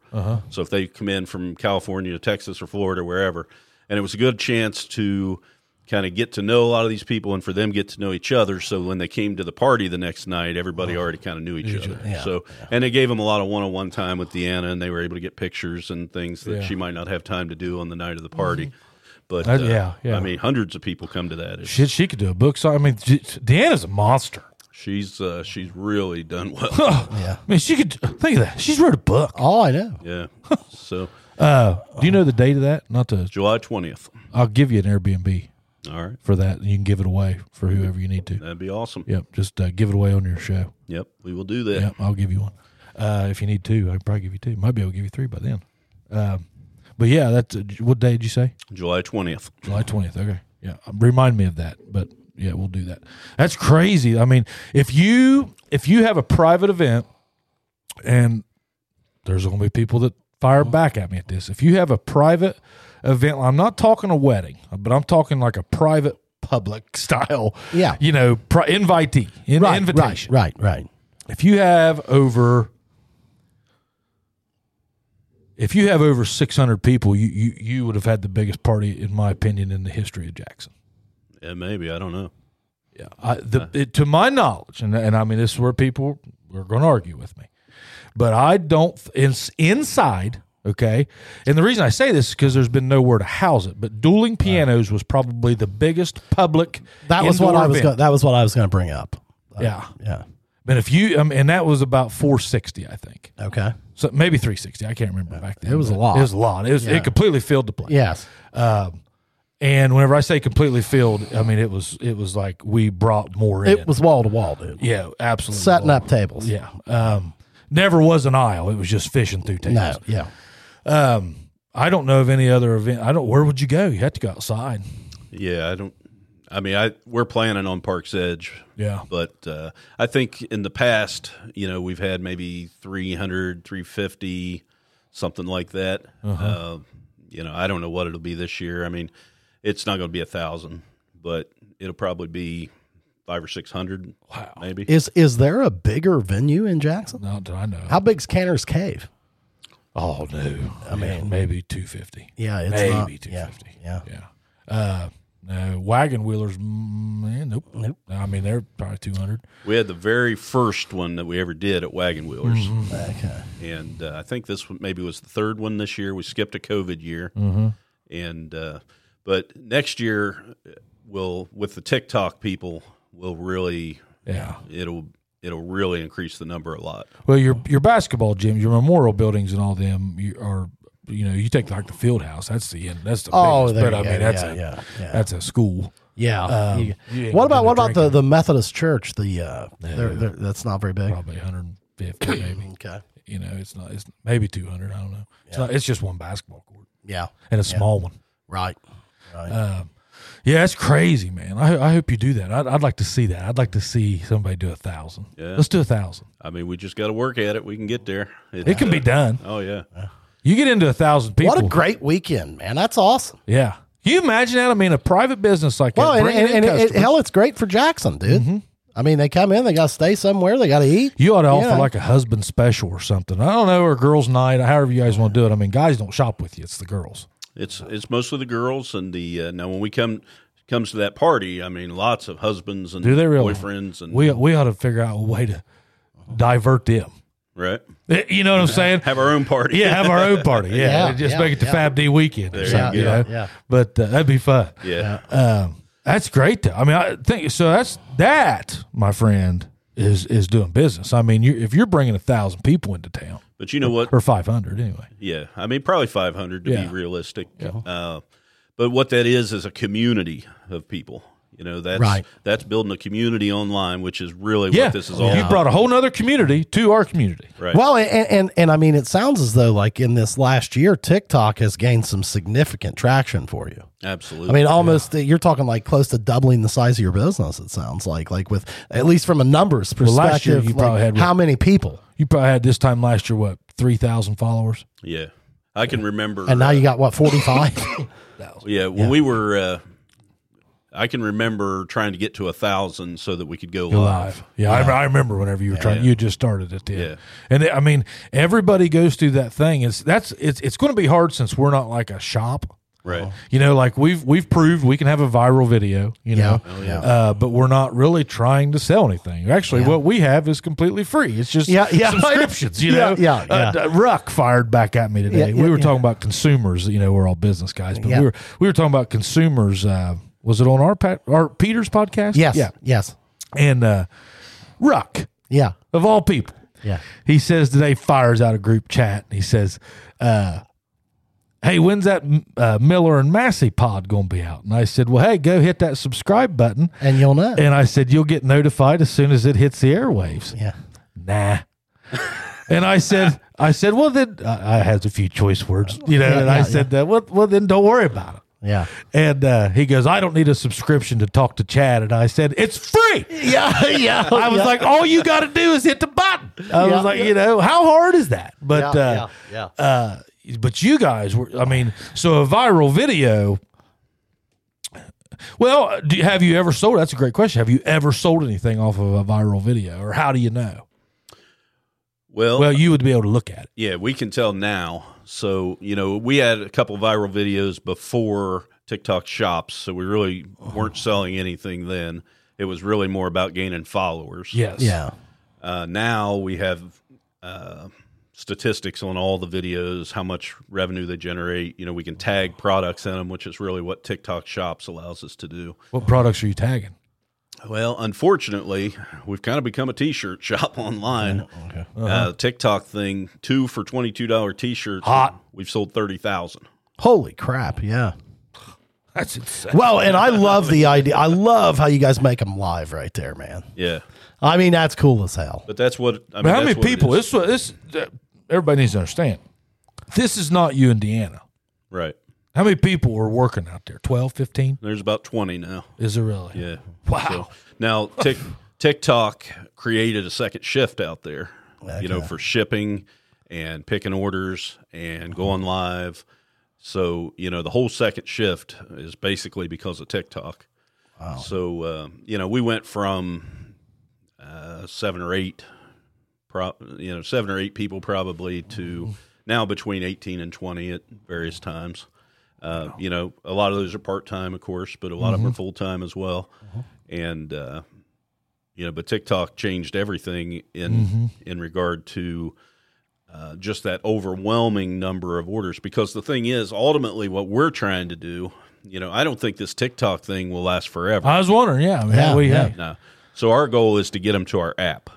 S3: So if they come in from California to Texas or Florida, wherever, and it was a good chance to kind of get to know a lot of these people and for them get to know each other. So when they came to the party the next night, everybody already kind of Uh-huh. knew each other. So and it gave them a lot of one-on-one time with Deanna, and they were able to get pictures and things that
S2: Yeah.
S3: she might not have time to do on the night of the party. But
S2: That-
S3: uh,
S2: yeah, yeah.
S3: I mean, hundreds of people come to that. It's-
S2: Shit, she could do a book. sign. I mean, she- Deanna's a monster.
S3: She's uh, she's really done well.
S2: I mean, she could think of that. She's wrote a book.
S1: oh, I know.
S3: yeah. So
S2: Uh, do you know the date of that? Not to.
S3: July twentieth.
S2: I'll give you an Airbnb
S3: All right,
S2: for that, and you can give it away for whoever you need to.
S3: that'd be awesome.
S2: Yep, just uh, give it away on your show.
S3: Yep, we will do that.
S2: Yep, I'll give you one. Uh, if you need two, I can probably give you two. Might be able to give you three by then. Um, but yeah, that's uh, what day did you say?
S3: July twentieth.
S2: July twentieth. Okay, yeah. Remind me of that. But yeah, we'll do that. That's crazy. I mean, if you if you have a private event, and there's going to be people that fire
S1: Uh-huh.
S2: back at me at this. If you have a private event, I'm not talking a wedding, but I'm talking like a private public style.
S1: Yeah.
S2: you know, pri- invitee, in,
S1: Right,
S2: invitation
S1: right, right, right.
S2: if you have over if you have over 600 people you, you you would have had the biggest party in my opinion in the history of jackson
S3: Yeah, maybe I don't know.
S2: yeah I, the, it, to my knowledge and, and i mean this is where people are going to argue with me but i don't th- ins, inside okay and the reason i say this is because there's been nowhere to house it but dueling pianos was probably the biggest public
S1: That was what
S2: indoor
S1: I was.
S2: event.
S1: Go- that was what I was going to bring up. Uh,
S2: yeah
S1: Yeah.
S2: but if you um, and that was about 460 i think
S1: Okay.
S2: so maybe 360. I can't remember back then.
S1: It was a
S2: but
S1: lot.
S2: It was a lot. It was it completely filled the place.
S1: Yes.
S2: And whenever I say completely filled, I mean it was it was like we brought more in.
S1: It was wall to wall, dude.
S2: yeah, absolutely.
S1: Setting up tables.
S2: Yeah. Um, never was an aisle. It was just fishing through tables.
S1: No. Yeah.
S2: I don't know of any other event. I don't. Where would you go? You had to go outside.
S3: Yeah, I don't. I mean, I we're planning on Parks Edge.
S2: Yeah.
S3: But uh, I think in the past, you know, we've had maybe 300, 350, something like that. uh
S2: Uh-huh.
S3: you know, I don't know what it'll be this year. I mean, it's not going to be a thousand, but it'll probably be five or six hundred.
S2: Wow.
S3: maybe.
S1: Is is there a bigger venue in Jackson?
S2: Not that I know.
S1: How big's Canner's Cave?
S2: Oh no. I
S1: mean-
S2: maybe two fifty.
S1: Yeah, it's
S2: maybe
S1: not-
S2: two
S1: yeah,
S2: fifty.
S1: yeah.
S2: yeah. Uh, no, wagon wheelers. mm, Man, nope. Nope. I mean, they're probably two hundred.
S3: we had the very first one that we ever did at Wagon Wheelers,
S2: Mm-hmm.
S3: and uh, I think this one maybe was the third one this year. We skipped a COVID year,
S2: Mm-hmm.
S3: and uh, but next year we'll with the TikTok people, we'll really
S2: Yeah.
S3: it'll it'll really increase the number a lot.
S2: Well, your your basketball gyms, your memorial buildings, and all them you are. You know, you take like the field house. That's the end. That's the
S1: Oh,
S2: biggest.
S1: there
S2: but I
S1: you go.
S2: mean, that's
S1: Yeah,
S2: a
S1: yeah, yeah.
S2: that's a school.
S1: Yeah. You-
S2: you ain't
S1: what about
S2: gonna
S1: what about the,
S2: drink
S1: the Methodist Church? The uh, they're, they're, that's not very big.
S2: Probably 150, maybe.
S1: Okay.
S2: You know, it's not. It's maybe 200. I don't know. It's not. It's just one basketball court
S1: Yeah.
S2: and a small one.
S1: Right. Right.
S2: Yeah, that's crazy, man. I, I hope you do that. I'd, I'd like to see that. I'd like to see somebody do a thousand.
S3: Yeah.
S2: Let's do a thousand.
S3: I mean, we just got to work at it. We can get there. It's,
S2: It can be
S3: uh,
S2: done.
S3: Oh yeah,
S2: You get into a thousand people.
S1: what a great weekend, man. That's awesome.
S2: yeah. Can you imagine that? I mean, a private business like
S1: Well,
S2: that.
S1: and,
S2: bringing
S1: and,
S2: in
S1: and it,
S2: customers. Mm-hmm.
S1: hell, it's great for Jackson, dude. I mean, they come in, they got to stay somewhere, they got to eat.
S2: you ought to offer
S1: Yeah.
S2: like a husband special or something. I don't know, or girls' night, however you guys want to do it. I mean, guys don't shop with you; it's the girls.
S3: it's it's mostly the girls and the uh, now when we come comes to that party. I mean, lots of husbands and
S2: Do they really?
S3: boyfriends and
S1: Mm-hmm.
S2: We we ought to figure out a way to divert them. Eh,
S3: right
S2: You know what I'm saying?
S3: have our own party.
S2: Yeah, have our own party. Yeah,
S1: Yeah,
S2: just
S1: yeah,
S2: make it the
S1: yeah.
S2: Fab D weekend or
S3: There you
S2: something.
S1: go.
S2: You know?
S1: Yeah.
S2: but uh, that'd be fun.
S3: yeah.
S2: Um, that's great though. I mean, I think so. That's that, my friend, is is doing business. I mean, you if you're bringing a thousand people into town
S3: But you know what?
S2: or five hundred anyway,
S3: Yeah, I mean probably 500 to
S2: Yeah.
S3: be realistic. Uh, but what that is is a community of people. You know, that's
S1: Right.
S3: that's building a community online, which is really
S2: yeah,
S3: what this
S1: Oh,
S3: is all
S2: you
S3: about.
S2: brought a whole nother community to our community.
S3: Right.
S1: Well, and, and and I mean, it sounds as though like in this last year, TikTok has gained some significant traction for you.
S3: Absolutely.
S1: I mean, almost uh, you're talking like close to doubling the size of your business. It sounds like, like with at least from a numbers perspective,
S2: last year you
S1: like,
S2: probably had-
S1: how many people,
S2: You probably had this time last year what three thousand followers.
S3: yeah. I can remember.
S1: and now you got what forty five.
S3: yeah, when we were, uh, I can remember trying to get to a thousand so that we could go, live.
S2: Live. Yeah, I, I remember whenever you were trying. You just started at the end.
S3: Yeah.
S2: and it- I mean, everybody goes through that thing. It's that's it's it's going to be hard since we're not like a shop.
S3: Right.
S2: You know, like we've we've proved we can have a viral video. You know,
S1: yeah.
S2: uh, but we're not really trying to sell anything. Actually, what we have is completely free. It's just
S1: Yeah, yeah.
S2: subscriptions. You
S1: Yeah,
S2: know,
S1: yeah,
S2: Uh,
S1: yeah.
S2: d- Ruck fired back at me today.
S1: Yeah, yeah,
S2: we were
S1: yeah.
S2: talking about consumers. You know, we're all business guys, but
S1: Yeah.
S2: we were we were talking about consumers. Uh, was it on our pat, our Peter's podcast?
S1: Yes,
S2: yeah,
S1: yes,
S2: and uh, Ruck
S1: yeah,
S2: of all people.
S1: yeah.
S2: He says today fires out a group chat. And he says, uh, "Hey, when's that uh, Miller and Massey pod gonna be out?" And I said, "Well, hey, go hit that subscribe button."
S1: And you'll know.
S2: And I said, "You'll get notified as soon as it hits the airwaves."
S1: yeah,
S2: Nah. and I said, "I said, well then, I, I had a few choice words, you know."
S1: Yeah,
S2: and
S1: yeah,
S2: I said, that, well, well then, don't worry about it."
S1: yeah,
S2: And uh, he goes, "I don't need a subscription to talk to Chad." And I said, "It's free."
S1: yeah, yeah.
S2: I was like, all you got to do is hit the button. I
S1: Yeah.
S2: was like, you know, how hard is that? But
S1: Yeah,
S2: uh,
S1: yeah,
S2: uh, but you guys were, I mean, so a viral video. Well, do, have you ever sold? That's a great question. Have you ever sold anything off of a viral video, or how do you know?
S3: Well,
S2: Well, you would be able to look at it.
S3: yeah, we can tell now. So, you know, we had a couple viral videos before TikTok shops. So we really weren't selling anything then. It was really more about gaining followers.
S2: Yes.
S1: yeah.
S3: Uh, now we have uh, statistics on all the videos, how much revenue they generate. You know, we can tag products in them, which is really what TikTok Shops allows us to do.
S2: What products are you tagging?
S3: Well, unfortunately, we've kind of become a T-shirt shop online.
S2: Oh, Uh-huh.
S3: Uh, TikTok thing, two for twenty-two dollar T-shirts.
S2: Hot.
S3: We've sold thirty thousand.
S1: Holy crap! Yeah.
S2: That's insane.
S1: Well, and I love the idea. I love how you guys make them live right there, man.
S3: Yeah,
S1: I mean, that's cool as hell.
S3: but that's what. I mean,
S2: But how
S3: that's
S2: many
S3: what it
S2: people?
S3: is.
S2: This wa- this uh, everybody needs to understand. This is not you, Indiana.
S3: Right.
S2: How many people were working out there? 12, 15?
S3: There's about twenty now.
S2: Is it really?
S3: Yeah.
S2: Wow.
S3: Now, Tik TikTok created a second shift out there, you know, for shipping and picking orders and going live. So, you know, the whole second shift is basically because of TikTok. So uh, you know, we went from uh, seven or eight, pro- you know, seven or eight people probably to now between eighteen and twenty at various times. Uh,
S2: Oh.
S3: you know, a lot of those are part time, of course, but a lot of
S2: Mm-hmm.
S3: them are full time as well.
S2: Uh-huh.
S3: And uh, you know, but TikTok changed everything in
S2: Mm-hmm.
S3: in regard to uh, just that overwhelming number of orders. Because the thing is, ultimately, what we're trying to do, you know, I don't think this TikTok thing will last forever.
S2: I was wondering, yeah, I mean,
S1: Yeah,
S2: we
S1: yeah.
S2: have-
S3: No. So our goal is to get them to our app.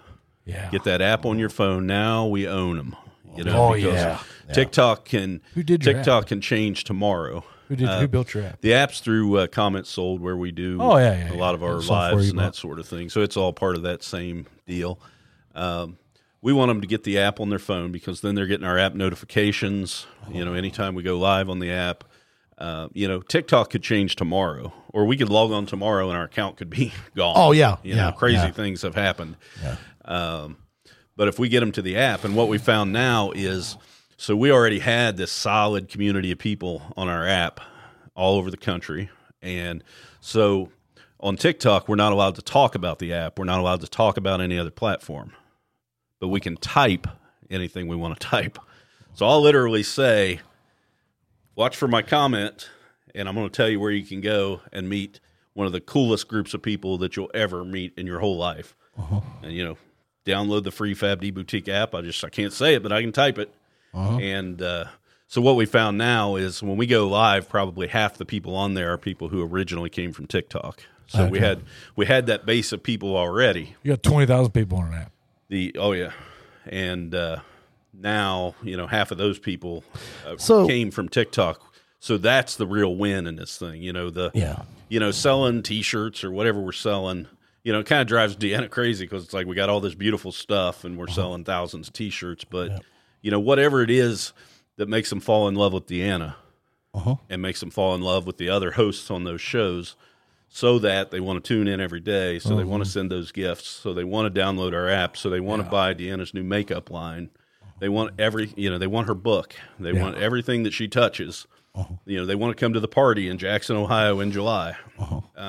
S2: yeah.
S3: Get that app on your phone. Now we own them. You know,
S2: Oh, yeah.
S3: TikTok can
S2: Who did your
S3: TikTok can change tomorrow.
S2: Who did
S3: uh,
S2: who built your app?
S3: The app's through uh, Comments Sold, where we do
S2: Oh, yeah, yeah,
S3: a
S2: yeah.
S3: lot of our
S2: The software
S3: lives
S2: you
S3: and
S2: bought.
S3: that sort of thing. So it's all part of that same deal. Um, we want them to get the app on their phone because then they're getting our app notifications. You know, anytime we go live on the app, uh, you know, TikTok could change tomorrow, or we could log on tomorrow and our account could be gone.
S1: Oh, yeah,
S3: you
S1: yeah,
S3: know, crazy
S1: yeah.
S3: things have happened. Um, but if we get them to the app, and what we found now is so we already had this solid community of people on our app all over the country. And so on TikTok, we're not allowed to talk about the app, we're not allowed to talk about any other platform, but we can type anything we want to type. So I'll literally say, watch for my comment, and I'm going to tell you where you can go and meet one of the coolest groups of people that you'll ever meet in your whole life. And you know, download the free FabD Boutique app. I just I can't say it, but I can type it. And uh, so what we found now is when we go live, probably half the people on there are people who originally came from TikTok. So we had we had that base of people already,
S2: You got twenty thousand people on an app.
S3: the oh yeah and uh, now you know half of those people uh,
S1: So-
S3: came from tiktok so that's the real win in this thing you know the
S1: Yeah.
S3: you know selling t-shirts or whatever we're selling you know it kind of drives deanna crazy because it's like we got all this beautiful stuff and we're
S1: Uh-huh.
S3: selling thousands of t-shirts but you know whatever it is that makes them fall in love with deanna and makes them fall in love with the other hosts on those shows so that they want to tune in every day, so they want
S1: Mm-hmm.
S3: to send those gifts, so they want to download our app, so they want to buy Deanna's new makeup line. They
S1: Uh-huh.
S3: want every, you know, they want her book. They want everything that she touches.
S1: Uh-huh.
S3: You know, they want to come to the party in Jackson, Ohio in July.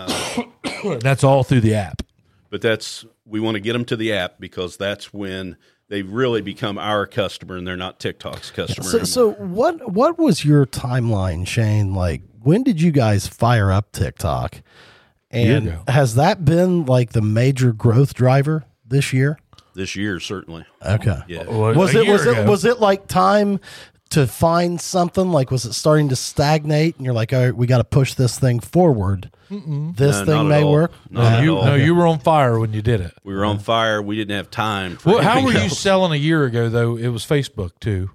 S2: That's all through the app.
S3: But that's we want to get them to the app because that's when they really become our customer and they're not TikTok's customer.
S1: So, so what what was your timeline, Shane? Like, when did you guys fire up TikTok? And
S2: ago.
S1: has that been like the major growth driver this year?
S3: this year certainly.
S1: Okay.
S3: Yeah.
S1: Was
S2: a
S1: it
S2: year
S1: was
S2: ago.
S1: it was it like time to find something? Like, was it starting to stagnate? And you're like, all right, we got to push this thing forward. This
S3: No, not
S1: thing
S3: at
S1: may
S3: all.
S1: work.
S3: Not at
S2: you,
S3: all.
S2: no, you were on fire when you did it.
S3: we were on fire. We didn't have time for
S2: Well, how
S3: anything
S2: were you
S3: else.
S2: selling a year ago though? It was Facebook too.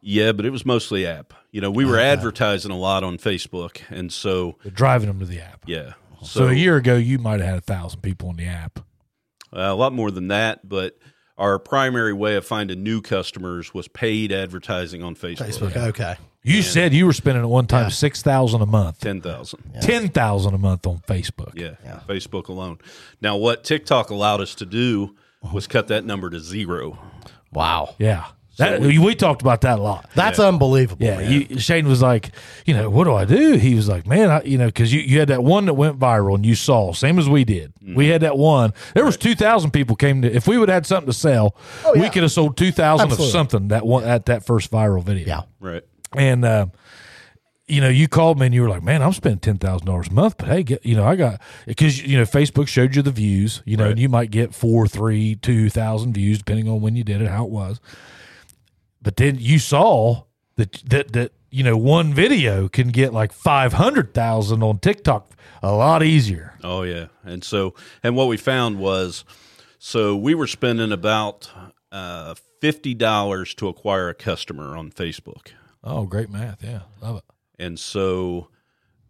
S3: Yeah, but it was mostly app. You know, we were advertising a lot on Facebook, and so
S2: But driving them to the app.
S3: yeah, so,
S2: So a year ago, you might have had a thousand people on the app.
S3: uh, a lot more than that. But our primary way of finding new customers was paid advertising on Facebook.
S1: Facebook. Okay.
S2: You said you were spending at one time six thousand a month,
S3: Ten thousand. Yeah.
S2: ten thousand a month on Facebook.
S3: Facebook alone. Now, what TikTok allowed us to do was cut that number to zero.
S1: Wow.
S2: Yeah. That, we, talked about that a lot.
S1: That's unbelievable.
S2: Yeah, you, Shane was like, you know, what do I do? He was like, man, I, you know, because you, you had that one that went viral and you saw, same as we did. We had that one. There was two thousand people came to. If we would had something to sell, we
S1: Oh, yeah.
S2: could have sold two thousand of
S1: Absolutely.
S2: something that one at that first viral video.
S1: Yeah.
S3: Right.
S2: and um, you know, you called me and you were like, "Man, I'm spending ten thousand dollars a month, but hey, get you know, I got because you know, Facebook showed you the views, you know, and you might get four, three, two thousand views depending on when you did it, how it was. But then you saw that that that you know, one video can get like five hundred thousand on TikTok a lot easier.
S3: Oh yeah, and so and what we found was, so we were spending about uh, fifty dollars to acquire a customer on Facebook.
S2: Oh, great math, yeah, love it.
S3: And so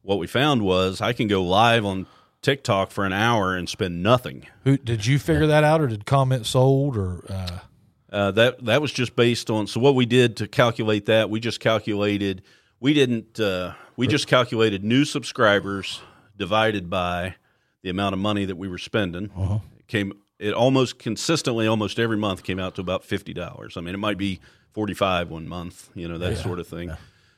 S3: what we found was I can go live on TikTok for an hour and spend nothing.
S2: Who did you figure that out, or did comment sold, or uh,
S3: Uh, that that was just based on so what we did to calculate that we just calculated we didn't uh, we just calculated new subscribers divided by the amount of money that we were spending
S2: Uh-huh.
S3: it came it almost consistently almost every month came out to about fifty dollars I mean it might be forty five one month you know that sort of thing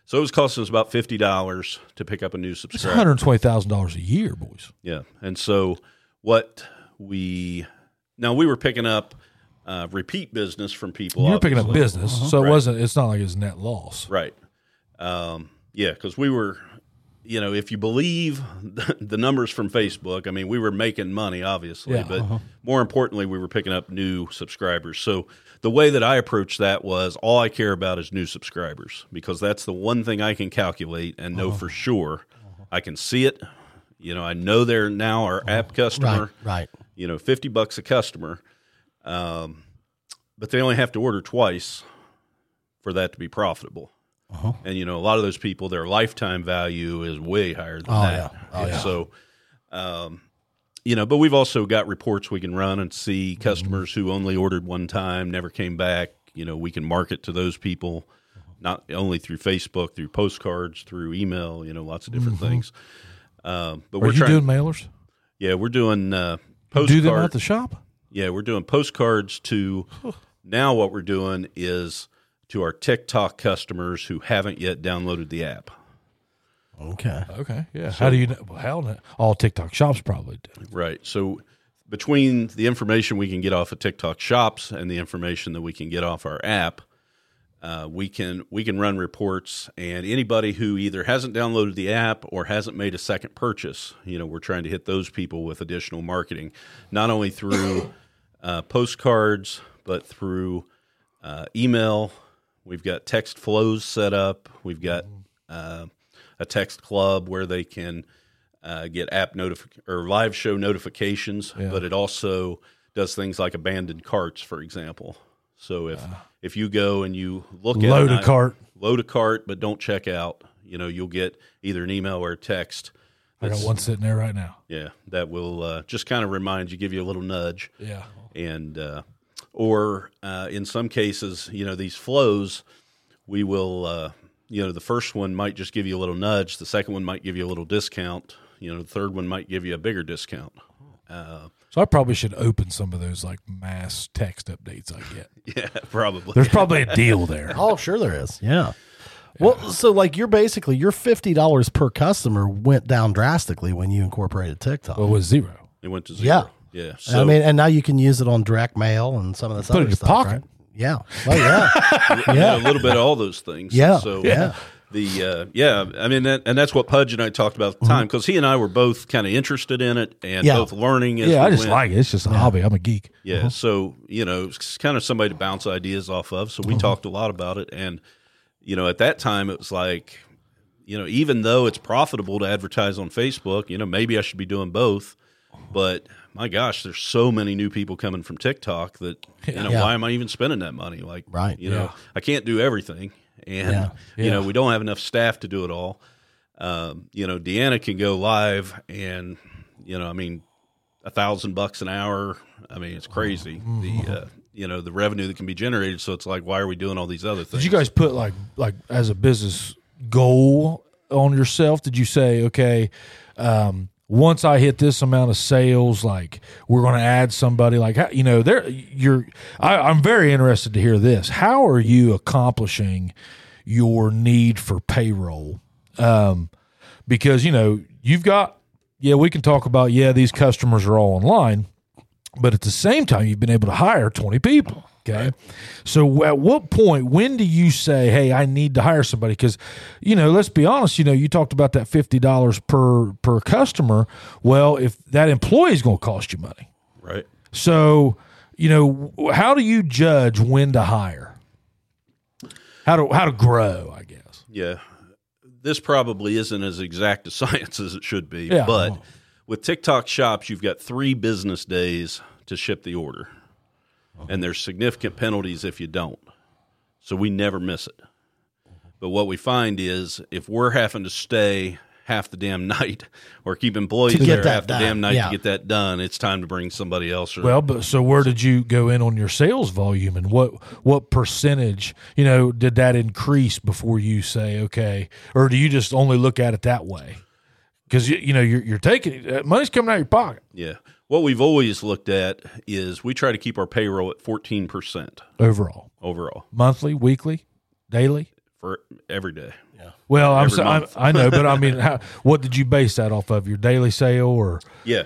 S3: So it was costing us about fifty dollars to pick up a new
S2: It's
S3: subscriber.
S2: one hundred twenty thousand dollars a year, boys.
S3: Yeah. And so what we now we were picking up uh, repeat business from people.
S2: You're picking up
S3: obviously.
S2: business, so it
S3: Uh-huh. Right.
S2: wasn't. It's not like it's net loss.
S3: Right. Um, yeah, because we were, you know, if you believe the, the numbers from Facebook, I mean, we were making money, obviously,
S2: Yeah,
S3: but more importantly, we were picking up new subscribers. So the way that I approached that was all I care about is new subscribers because that's the one thing I can calculate and know for sure. I can see it. You know, I know they're now our app customer
S1: Right, right.
S3: you know, 50 bucks a customer. Um, but they only have to order twice for that to be profitable.
S2: Uh-huh.
S3: And, you know, a lot of those people, their lifetime value is way higher than
S1: Oh,
S3: that.
S1: yeah. Oh,
S3: And
S1: yeah.
S3: So, um, you know, but we've also got reports we can run and see
S2: Mm-hmm.
S3: customers who only ordered one time, never came back. You know, we can market to those people,
S2: Uh-huh.
S3: not only through Facebook, through postcards, through email, you know, lots of different things. Um,
S2: Mm-hmm.
S3: but
S2: Are
S3: we're
S2: you
S3: trying,
S2: doing mailers?
S3: yeah, we're doing uh,
S2: Do them
S3: postcards.
S2: at the shop?
S3: Yeah, we're doing postcards to now what we're doing is to our TikTok customers who haven't yet downloaded the app.
S1: Okay.
S2: Okay, yeah. how do you know? Well, hell, no. all TikTok shops probably do.
S3: Right. So between the information we can get off of TikTok shops and the information that we can get off our app, uh, we can we can run reports and anybody who either hasn't downloaded the app or hasn't made a second purchase, you know, we're trying to hit those people with additional marketing, not only through uh, postcards but through uh, email. We've got text flows set up. We've got
S2: Mm-hmm.
S3: uh, a text club where they can uh, get app notifi- or live show notifications, but it also does things like abandoned carts, for example. So if if you go and you look at
S2: Ah. Load
S3: an
S2: a
S3: i-
S2: cart.
S3: load a cart, but don't check out, you know, you'll get either an email or a text.
S2: I got one sitting there right now.
S3: Yeah, that will uh, just kind of remind you, give you a little nudge
S2: Yeah.
S3: and uh, or uh, in some cases, you know, these flows, we will, uh, you know, the first one might just give you a little nudge, the second one might give you a little discount, you know, the third one might give you a bigger discount.
S2: So I probably should open some of those like mass text updates I get.
S3: Yeah, probably.
S2: There's probably a deal there.
S1: Oh, sure there is. Yeah. Well, so like you're basically your fifty dollars per customer went down drastically when you incorporated TikTok.
S2: Well, it was zero.
S3: it went to
S1: Yeah.
S3: zero. Yeah, so
S1: I mean, and now you can use it on direct mail and some of this
S2: Put it
S1: other
S2: in your
S1: stuff,
S2: pocket.
S1: right? Yeah. Well, yeah.
S3: you know, a little bit of all those things.
S1: Yeah,
S3: So
S1: yeah.
S3: the uh, yeah, I mean, that, and that's what Pudge and I talked about at the time because he and I were both kind of interested in it and
S1: Mm-hmm. Yeah.
S3: both learning. As
S2: Yeah,
S3: we
S2: I just
S3: went.
S2: like it. It's just a hobby. I'm a geek.
S3: Yeah.
S1: Uh-huh.
S3: So, you know, it's kind of somebody to bounce ideas off of. So we
S1: Uh-huh.
S3: talked a lot about it. And, you know, at that time it was like, you know, even though it's profitable to advertise on Facebook, you know, maybe I should be doing both. But my gosh, there's so many new people coming from TikTok that, you know,
S1: Yeah.
S3: why am I even spending that money? Like,
S1: Right,
S3: you know,
S2: yeah.
S3: I can't do everything. And,
S1: Yeah,
S3: you know, we don't have enough staff to do it all. Um, you know, Deanna can go live and, you know, I mean, a thousand bucks an hour. I mean, it's crazy.
S2: Mm-hmm.
S3: The uh, you know the revenue that can be generated. So it's like, why are we doing all these other things?
S2: Did you guys put like like as a business goal on yourself? Did you say, okay, um, once I hit this amount of sales, like we're going to add somebody? Like how- you know, there you're. I, I'm very interested to hear this. How are you accomplishing your need for payroll? Um, because you know you've got yeah, we can talk about yeah these customers are all online, but at the same time you've been able to hire 20 people okay so at what point when do you say hey i need to hire somebody because you know let's be honest you know you talked about that $50 per per customer well if that employee is going to cost you money
S3: right?
S2: so you know w- how do you judge when to hire how to how to grow i guess
S3: Yeah, this probably isn't as exact a science as it should be.
S2: Yeah.
S3: But with TikTok shops, you've got three business days to ship the order, and there's significant penalties if you don't. So we never miss it. But what we find is if we're having to stay half the damn night or keep employees
S1: To get
S3: there
S1: that
S3: half
S1: done,
S3: the damn night
S1: yeah.
S3: to get that done, it's time to bring somebody else or
S2: Well, but so where did you go in on your sales volume and what what percentage, you know, did that increase before you say okay, or do you just only look at it that way? Cuz you, you know you're you're taking uh, money's coming out of your pocket.
S3: Yeah. What we've always looked at is we try to keep our payroll at 14%
S2: Overall,
S3: overall.
S2: monthly, weekly, daily,
S3: for every day.
S2: Well, I'm,
S3: Every
S2: so, I'm
S3: month.
S2: I know, but I mean, how, what did you base that off of? Your daily sale, or
S3: Yeah.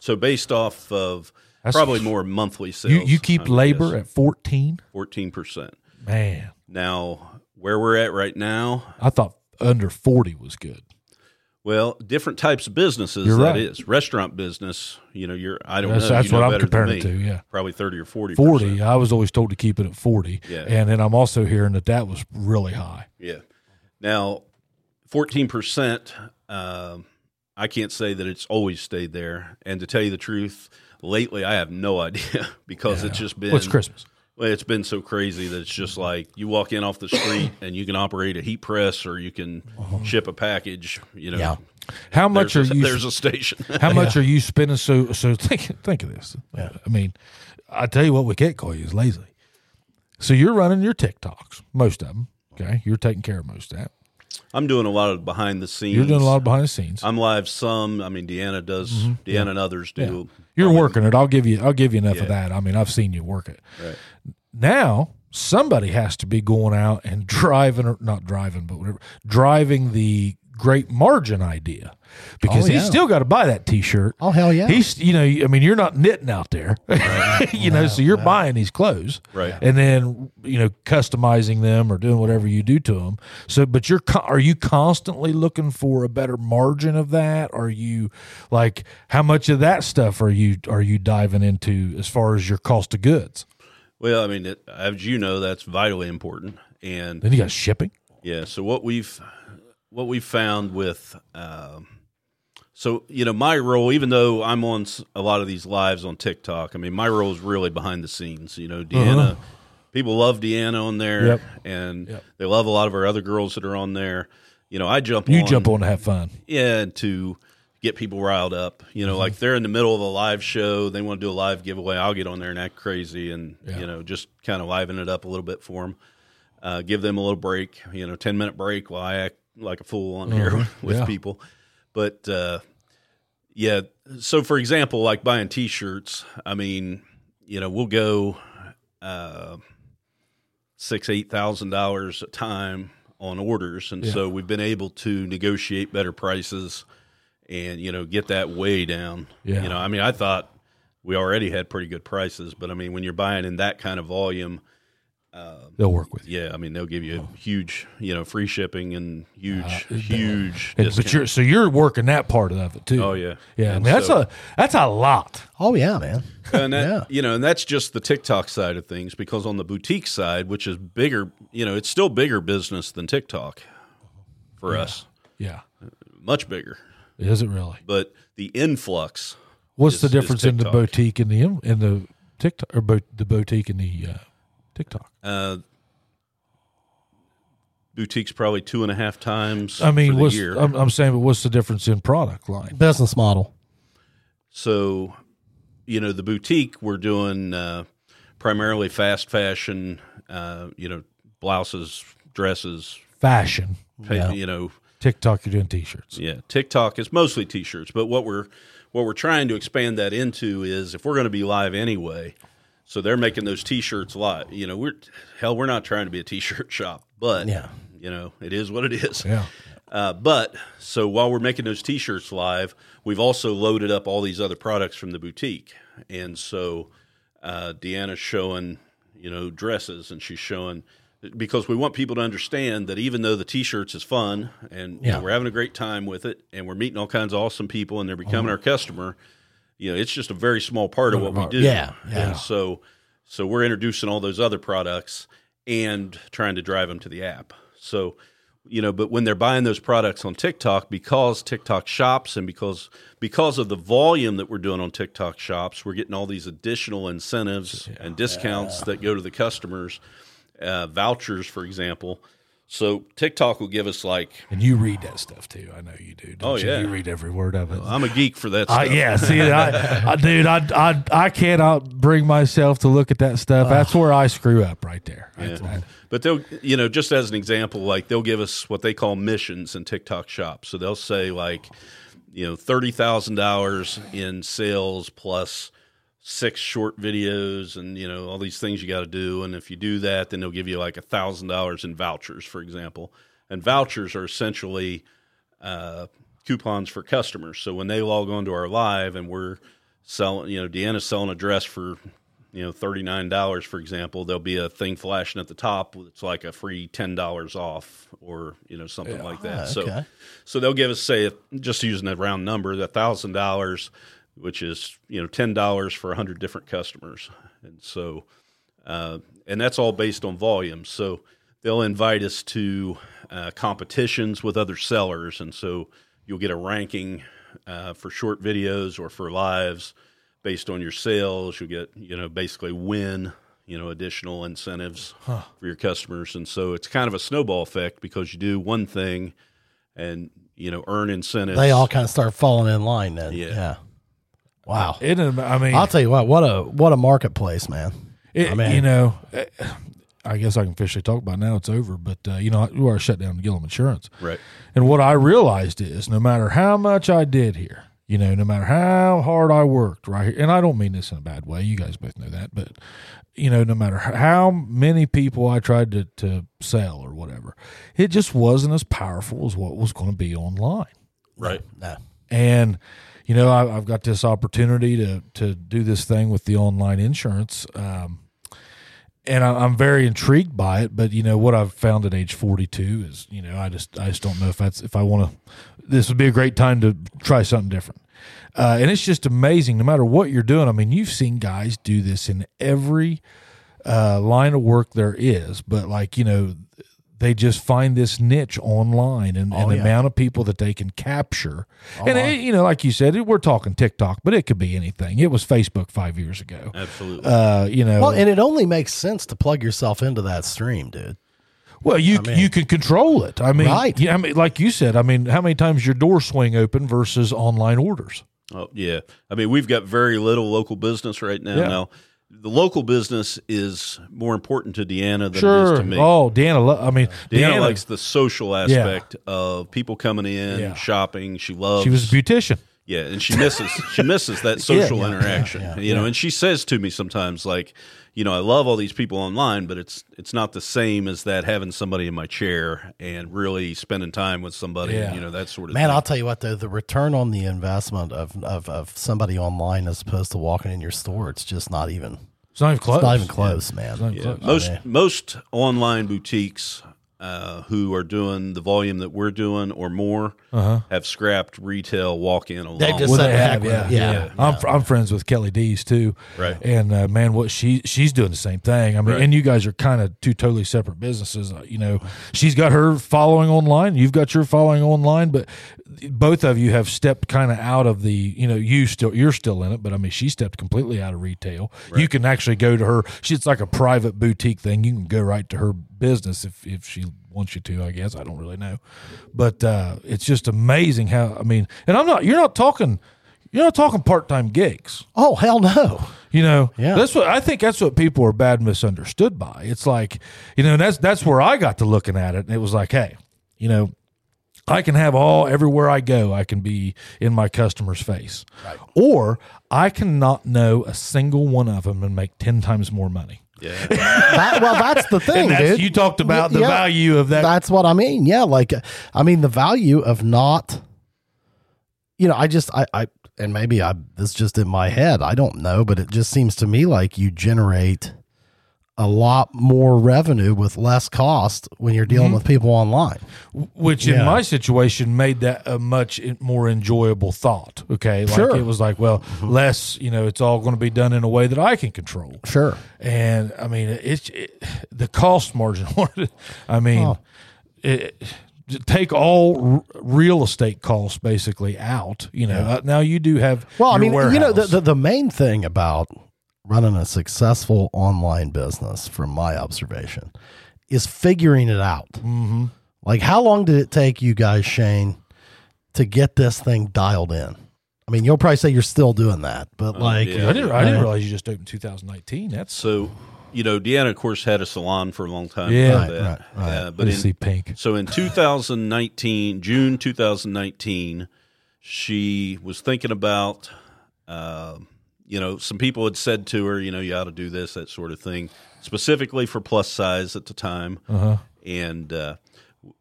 S3: So based off of
S2: That's-
S3: probably more monthly sales.
S2: you, you keep labor at 14?
S3: fourteen percent.
S2: Man,
S3: Now where we're at right now,
S2: I thought under 40 was good.
S3: well, different types of businesses
S2: You're
S3: that
S2: right.
S3: is Restaurant business, you know, you're I don't
S2: That's-
S3: know.
S2: that's
S3: you
S2: what
S3: know
S2: I'm
S3: better than
S2: comparing it
S3: me.
S2: to, yeah.
S3: Probably thirty or forty
S2: 40, I was always told to keep it at 40.
S3: Yeah.
S2: And then I'm also hearing that that was really high.
S3: Yeah. Now, fourteen percent. Um, I can't say that it's always stayed there. And to tell you the truth, lately I have no idea because it's just been
S2: Well, it's Christmas.
S3: Well, it's been so crazy that it's just like you walk in off the street and you can operate a heat press or you can ship a package. You know,
S1: Yeah.
S2: Uh-huh. How much
S3: there's,
S2: are
S3: a,
S2: you
S3: there's a station.
S2: How much are you spending? So, so think think of this. I mean, I tell you what, we can't call you is lazy. So you're running your TikToks, most of them. Okay, you're taking care of most of that.
S3: I'm doing a lot of behind the scenes.
S2: You're doing a lot of Mm-hmm. behind the scenes.
S3: I'm live some. I mean, Deanna does. Deanna and others do.
S2: You're working it. I'll give you. I'll give you enough of that. I mean, I've seen you work it. Now somebody has to be going out and driving, or not driving, but whatever, driving the great margin idea because
S1: Oh, yeah.
S2: he's still got to buy that T-shirt.
S1: Oh, hell yeah.
S2: He's you know I mean you're not knitting out there, you know, so you're buying these clothes,
S3: Right.
S2: And then you know customizing them or doing whatever you do to them. So, but you're co- are you constantly looking for a better margin of that? Are you like how much of that stuff are you are you diving into as far as your cost of goods?
S3: Well, I mean, it, as you know, that's vitally important. And
S2: Then you got shipping.
S3: Yeah. So what we've what we've found with um, so you know my role, even though I'm on s- a lot of these lives on TikTok, I mean my role is really behind the scenes. You know, Deanna, people love Deanna on there,
S2: Uh-huh. Yep.
S3: and they love a lot of our other girls that are on there. You know, I jump
S2: You
S3: on,
S2: jump on to have fun.
S3: yeah, and to get people riled up. You know, like they're in the middle of a live show, they want to do a live giveaway. I'll get on there and act crazy, and you know, just kind of liven it up a little bit for them. Uh, give them a little break, you know, ten minute break while I act like a fool on here with
S2: Yeah.
S3: people. But uh, yeah, so for example, like buying T-shirts, I mean, you know, we'll go uh, six eight thousand dollars a time on orders, and so we've been able to negotiate better prices, and you know, get that way down.
S2: Yeah.
S3: You know, I mean, I thought we already had pretty good prices, but I mean, when you're buying in that kind of volume,
S2: They'll work with you.
S3: yeah, I mean, they'll give
S2: Oh.
S3: you a huge, you know, free shipping and huge, huge.
S2: And-
S3: discount.
S2: but you're so you're working that part of it too.
S3: Oh, yeah.
S2: yeah. I
S3: And
S2: mean, that's
S3: so-
S2: a that's a lot.
S1: Oh yeah, man.
S3: and that,
S1: Yeah.
S3: you know, and that's just the TikTok side of things because on the boutique side, which is bigger, you know, it's still bigger business than TikTok for us,
S2: Yeah,
S3: much bigger.
S2: is it really?
S3: But the influx,
S2: What's the
S3: is- is
S2: difference in the
S3: TikTok.
S2: boutique and the in the TikTok or bo- the boutique and the uh, TikTok?
S3: uh, boutiques probably two and a half times.
S2: I mean,
S3: for the
S2: what's,
S3: year.
S2: I'm, I'm saying, but what's the difference in product line?
S1: Business model.
S3: So, you know, the boutique we're doing uh, primarily fast fashion. Uh, you know, blouses, dresses,
S2: Fashion
S3: pa- you know,
S2: TikTok, you're doing t-shirts.
S3: yeah. TikTok is mostly t-shirts, but what we're what we're trying to expand that into is if we're going to be live anyway. So they're making those t-shirts live. You know, we're hell, we're not trying to be a t-shirt shop, but
S1: Yeah.
S3: you know, it is what it is.
S2: Yeah,
S3: Uh, but so while we're making those T-shirts live, we've also loaded up all these other products from the boutique, and so uh, Deanna's showing you know dresses, and she's showing because we want people to understand that even though the T-shirts is fun and you know,
S1: Yeah.
S3: we're having a great time with it, and we're meeting all kinds of awesome people, and they're becoming our customer, you know, it's just a very small part of what we do.
S1: Yeah, yeah.
S3: And so so we're introducing all those other products and trying to drive them to the app. So, you know, but when they're buying those products on TikTok, because TikTok shops and because because of the volume that we're doing on TikTok shops, we're getting all these additional incentives and discounts that go to the customers, uh, vouchers, for example. So TikTok will give us like
S2: and you read that stuff too. I know you do. Don't
S3: Oh,
S2: you?
S3: yeah.
S2: you read every word of it.
S3: I'm a geek for that
S2: I,
S3: stuff.
S2: Uh, yeah, see, I, I, dude, I, I, I cannot bring myself to look at that stuff. That's where I screw up right there. That's-
S3: Yeah. But they'll, you know, just as an example, like they'll give us what they call missions in TikTok shops. So they'll say like, you know, thirty thousand dollars in sales plus six short videos and you know all these things you got to do and if you do that then they'll give you like a thousand dollars in vouchers for example and vouchers are essentially uh, coupons for customers so when they log on to our live and we're selling you know deanna's selling a dress for you know $39 for example there'll be a thing flashing at the top it's like a free $10 off or you know something like that so
S1: okay.
S3: so they'll give us say just using a round number a thousand dollars which is you know ten dollars for a hundred different customers, and so uh, and that's all based on volume. So they'll invite us to uh, competitions with other sellers, and so you'll get a ranking uh, for short videos or for lives based on your sales. You'll get you know basically win you know additional incentives for your customers, and so it's kind of a snowball effect because you do one thing and you know earn incentives.
S1: They all kind of start falling in line then.
S3: Yeah.
S1: Yeah. Wow.
S2: It, um, I mean,
S1: I'll tell you what, what a what a marketplace, man.
S2: It,
S1: I mean-
S2: you know, eh, I guess I can officially talk about it now. It's over, but uh, you know, you are shut down to Gillum Insurance,
S3: Right.
S2: And what I realized is, no matter how much I did here, you know, no matter how hard I worked right here, and I don't mean this in a bad way. You guys both know that, but you know, no matter h- how many people I tried to to sell or whatever, it just wasn't as powerful as what was going to be online
S3: Right.
S1: No.
S2: and you know I, I've got this opportunity to to do this thing with the online insurance, um, and I, I'm very intrigued by it. But you know what I've found at age 42 is you know I just I just don't know if that's if I want to. This would be a great time to try something different. Uh, and it's just amazing, no matter what you're doing. I mean, you've seen guys do this in every uh, line of work there is, but like you know, they just find this niche online and, and the amount of people that they can capture. and it, you know, like you said, it- we're talking TikTok, but it could be anything. It was Facebook five years ago.
S3: Absolutely.
S2: Uh, you know,
S1: Well,
S2: well,
S1: and it only makes sense to plug yourself into that stream, dude.
S2: you you can control it. I mean,
S1: Right.
S2: yeah, I mean, like you said, I mean, how many times your door swing open versus online orders?
S3: Oh yeah, I mean we've got very little local business right now.
S2: Yeah.
S3: Now, the local business is more important to Deanna than it is
S2: Sure.
S3: to me.
S2: Oh, Deanna. lo- I mean,
S3: Deanna,
S2: Deanna,
S3: likes the social aspect of people coming in,
S2: Yeah.
S3: shopping. She loves.
S2: she was a beautician.
S3: yeah, and she misses she misses that social
S2: yeah,
S3: interaction. you know, and she says to me sometimes like, you know, I love all these people online, but it's it's not the same as that having somebody in my chair and really spending time with somebody.
S2: Yeah.
S3: And, you know that sort of
S1: Man,
S3: thing.
S1: I'll tell you what though, the return on the investment of, of, of somebody online as opposed to walking in your store, it's just not even
S2: It's not even close.
S1: it's not even close, man.
S2: It's not even close.
S3: most most online boutiques uh, who are doing the volume that we're doing or more
S1: Uh-huh.
S3: have scrapped retail walk in alone.
S1: They just-
S2: Well,
S1: So
S2: they
S1: they
S2: have,
S1: have,
S2: yeah,
S1: yeah.
S2: yeah. I'm, fr- I'm friends with Kelly D's too,
S3: Right.
S2: And uh, man, what she she's doing the same thing. I mean,
S3: Right.
S2: and you guys are kind of two totally separate businesses. Uh, You know, she's got her following online, you've got your following online, but both of you have stepped kind of out of the. You know, you still you're still in it, but I mean, she stepped completely out of retail. You can actually go to her. She, it's like a private boutique thing. You can go right to her business if if she wants you to. I guess I don't really know, but uh, it's just amazing how I mean. And I'm not. You're not talking. You're not talking part time gigs.
S1: Oh hell no.
S2: You know,
S1: Yeah.
S2: That's what I think. That's what people are bad misunderstood by. It's like, you know, and that's that's where I got to looking at it, and it was like, hey, you know, I can have all everywhere I go, I can be in my customer's face, or I can not know a single one of them and make ten times more money.
S3: yeah.
S1: That- well, that's the thing,
S2: And that's,
S1: dude.
S2: you talked about the
S1: Yeah.
S2: value of that.
S1: That's what I mean. Yeah, like uh, I mean the value of not you know, I just I I and maybe I this is just in my head. I don't know, but it just seems to me like you generate a lot more revenue with less cost when you're
S2: Mm-hmm.
S1: dealing with people online.
S2: which in
S1: Yeah.
S2: my situation made that a much more enjoyable thought. Okay, like
S1: Sure. Mm-hmm.
S2: it was like, well, less, you know, it's all going to be done in a way that I can control.
S1: Sure.
S2: and I mean it's it, the cost margin. on it. I mean,
S1: Oh.
S2: it, take all r- real estate costs basically out. You know, Uh, now you do have
S1: Well, I
S2: your
S1: mean, you know, the,
S2: warehouse.
S1: the, the main thing about running a successful online business, from my observation, is figuring it out. Mm-hmm. Like, how long did it take you guys, Shane, to get this thing dialed in? I mean, you'll probably say you're still doing that, but like,
S3: yeah.
S2: Oh, I didn't I didn't realize you just opened 2019. That's
S3: So, you know, Deanna, of course, had a salon for a long time.
S2: Yeah.
S3: before
S1: Right,
S3: that.
S1: right, right.
S3: Uh,
S2: but
S3: but
S2: you
S3: in,
S2: see pink.
S3: So in 2019, June 2019, she was thinking about, um, you know, some people had said to her, you know, you ought to do this, that sort of thing, specifically for plus size at the time.
S2: Uh-huh.
S3: And uh,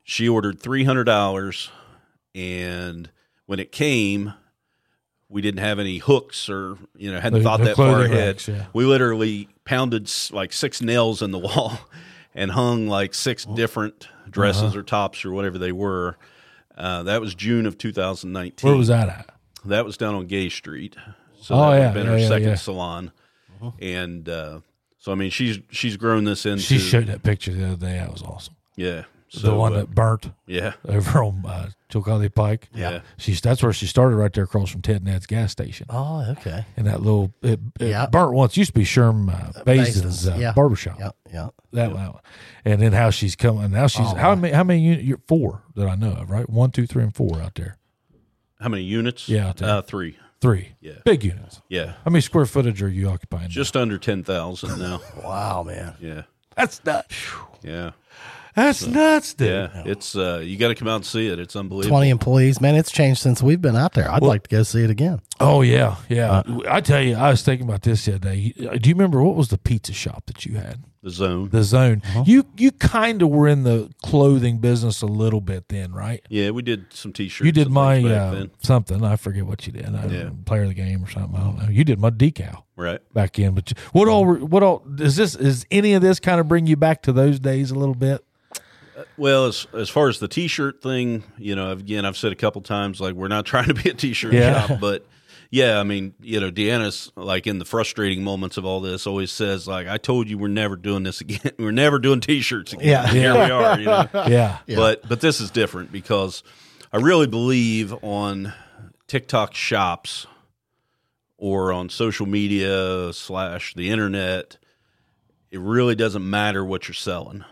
S3: she ordered three hundred dollars, and when it came, we didn't have any hooks or you know hadn't
S2: The-
S3: thought
S2: the
S3: that far
S2: clothing
S3: ahead.
S2: racks, yeah.
S3: We literally pounded s- like six nails in the wall, and hung like six
S2: Oh.
S3: different dresses
S2: Uh-huh.
S3: or tops or whatever they were. Uh, that was June of 2019.
S2: Where was that at?
S3: That was down on Gay Street. So
S2: Oh,
S3: that would
S2: yeah,
S3: have been her
S2: yeah, yeah,
S3: second
S2: yeah. Uh-huh.
S3: salon. And uh, so I mean she's she's grown this into
S2: She showed that picture the other day. That was awesome.
S3: yeah. So
S2: the one
S3: uh,
S2: that burnt
S3: yeah.
S2: over on uh, Chillicothe Pike.
S3: Yeah.
S2: she's that's where she started right there across from Ted and Ed's gas station.
S1: Oh, okay.
S2: And that little it, it
S1: Yeah.
S2: burnt once used to be Sherm uh, Bays's uh,
S1: yeah.
S2: barbershop.
S1: Yep. Yep.
S2: That one, and then how she's coming now.
S1: Oh,
S2: She's how many? How many? uni- You're four that I know of, right? One, two, three, and four out there.
S3: How many units?
S2: Yeah, I'll tell you.
S3: Uh, three.
S2: Three,
S3: Yeah.
S2: big units.
S3: Yeah.
S2: How many square footage are you occupying?
S3: Just under ten thousand now.
S1: Wow, man.
S3: yeah.
S2: that's nuts.
S3: Yeah.
S2: That's nuts, dude.
S3: Yeah. It's uh you gotta come out and see it. It's unbelievable.
S1: 20 employees. Man, it's changed since we've been out there. I'd like to go see it again.
S2: Oh yeah, yeah.
S3: Uh,
S2: I tell you, I was thinking about this the other day. Do you remember what was the pizza shop that you had?
S3: The zone.
S2: The Zone. You you kind of were in the clothing business a little bit then, right?
S3: yeah, we did some t shirts.
S2: You did my
S3: back
S2: uh,
S3: then.
S2: something. I forget what you did. I don't
S3: Yeah.
S2: know, player of the game or something. I don't know. You did my decal
S3: Right.
S2: back in. But you, what all? were- What all? Is this? Is any of this kind of bring you back to those days a little bit?
S3: Well, as as far as the T-shirt thing, you know, again, I've said a couple times, like we're not trying to be a T-shirt
S2: Yeah.
S3: shop, but yeah, I mean, you know, Deanna's like in the frustrating moments of all this, always says like, "I told you we're never doing this again. We're never doing T-shirts again.
S1: Yeah.
S3: Here we are." You know?
S2: Yeah.
S3: But but this is different because I really believe on TikTok shops or on social media slash the internet. It really doesn't matter what you're selling.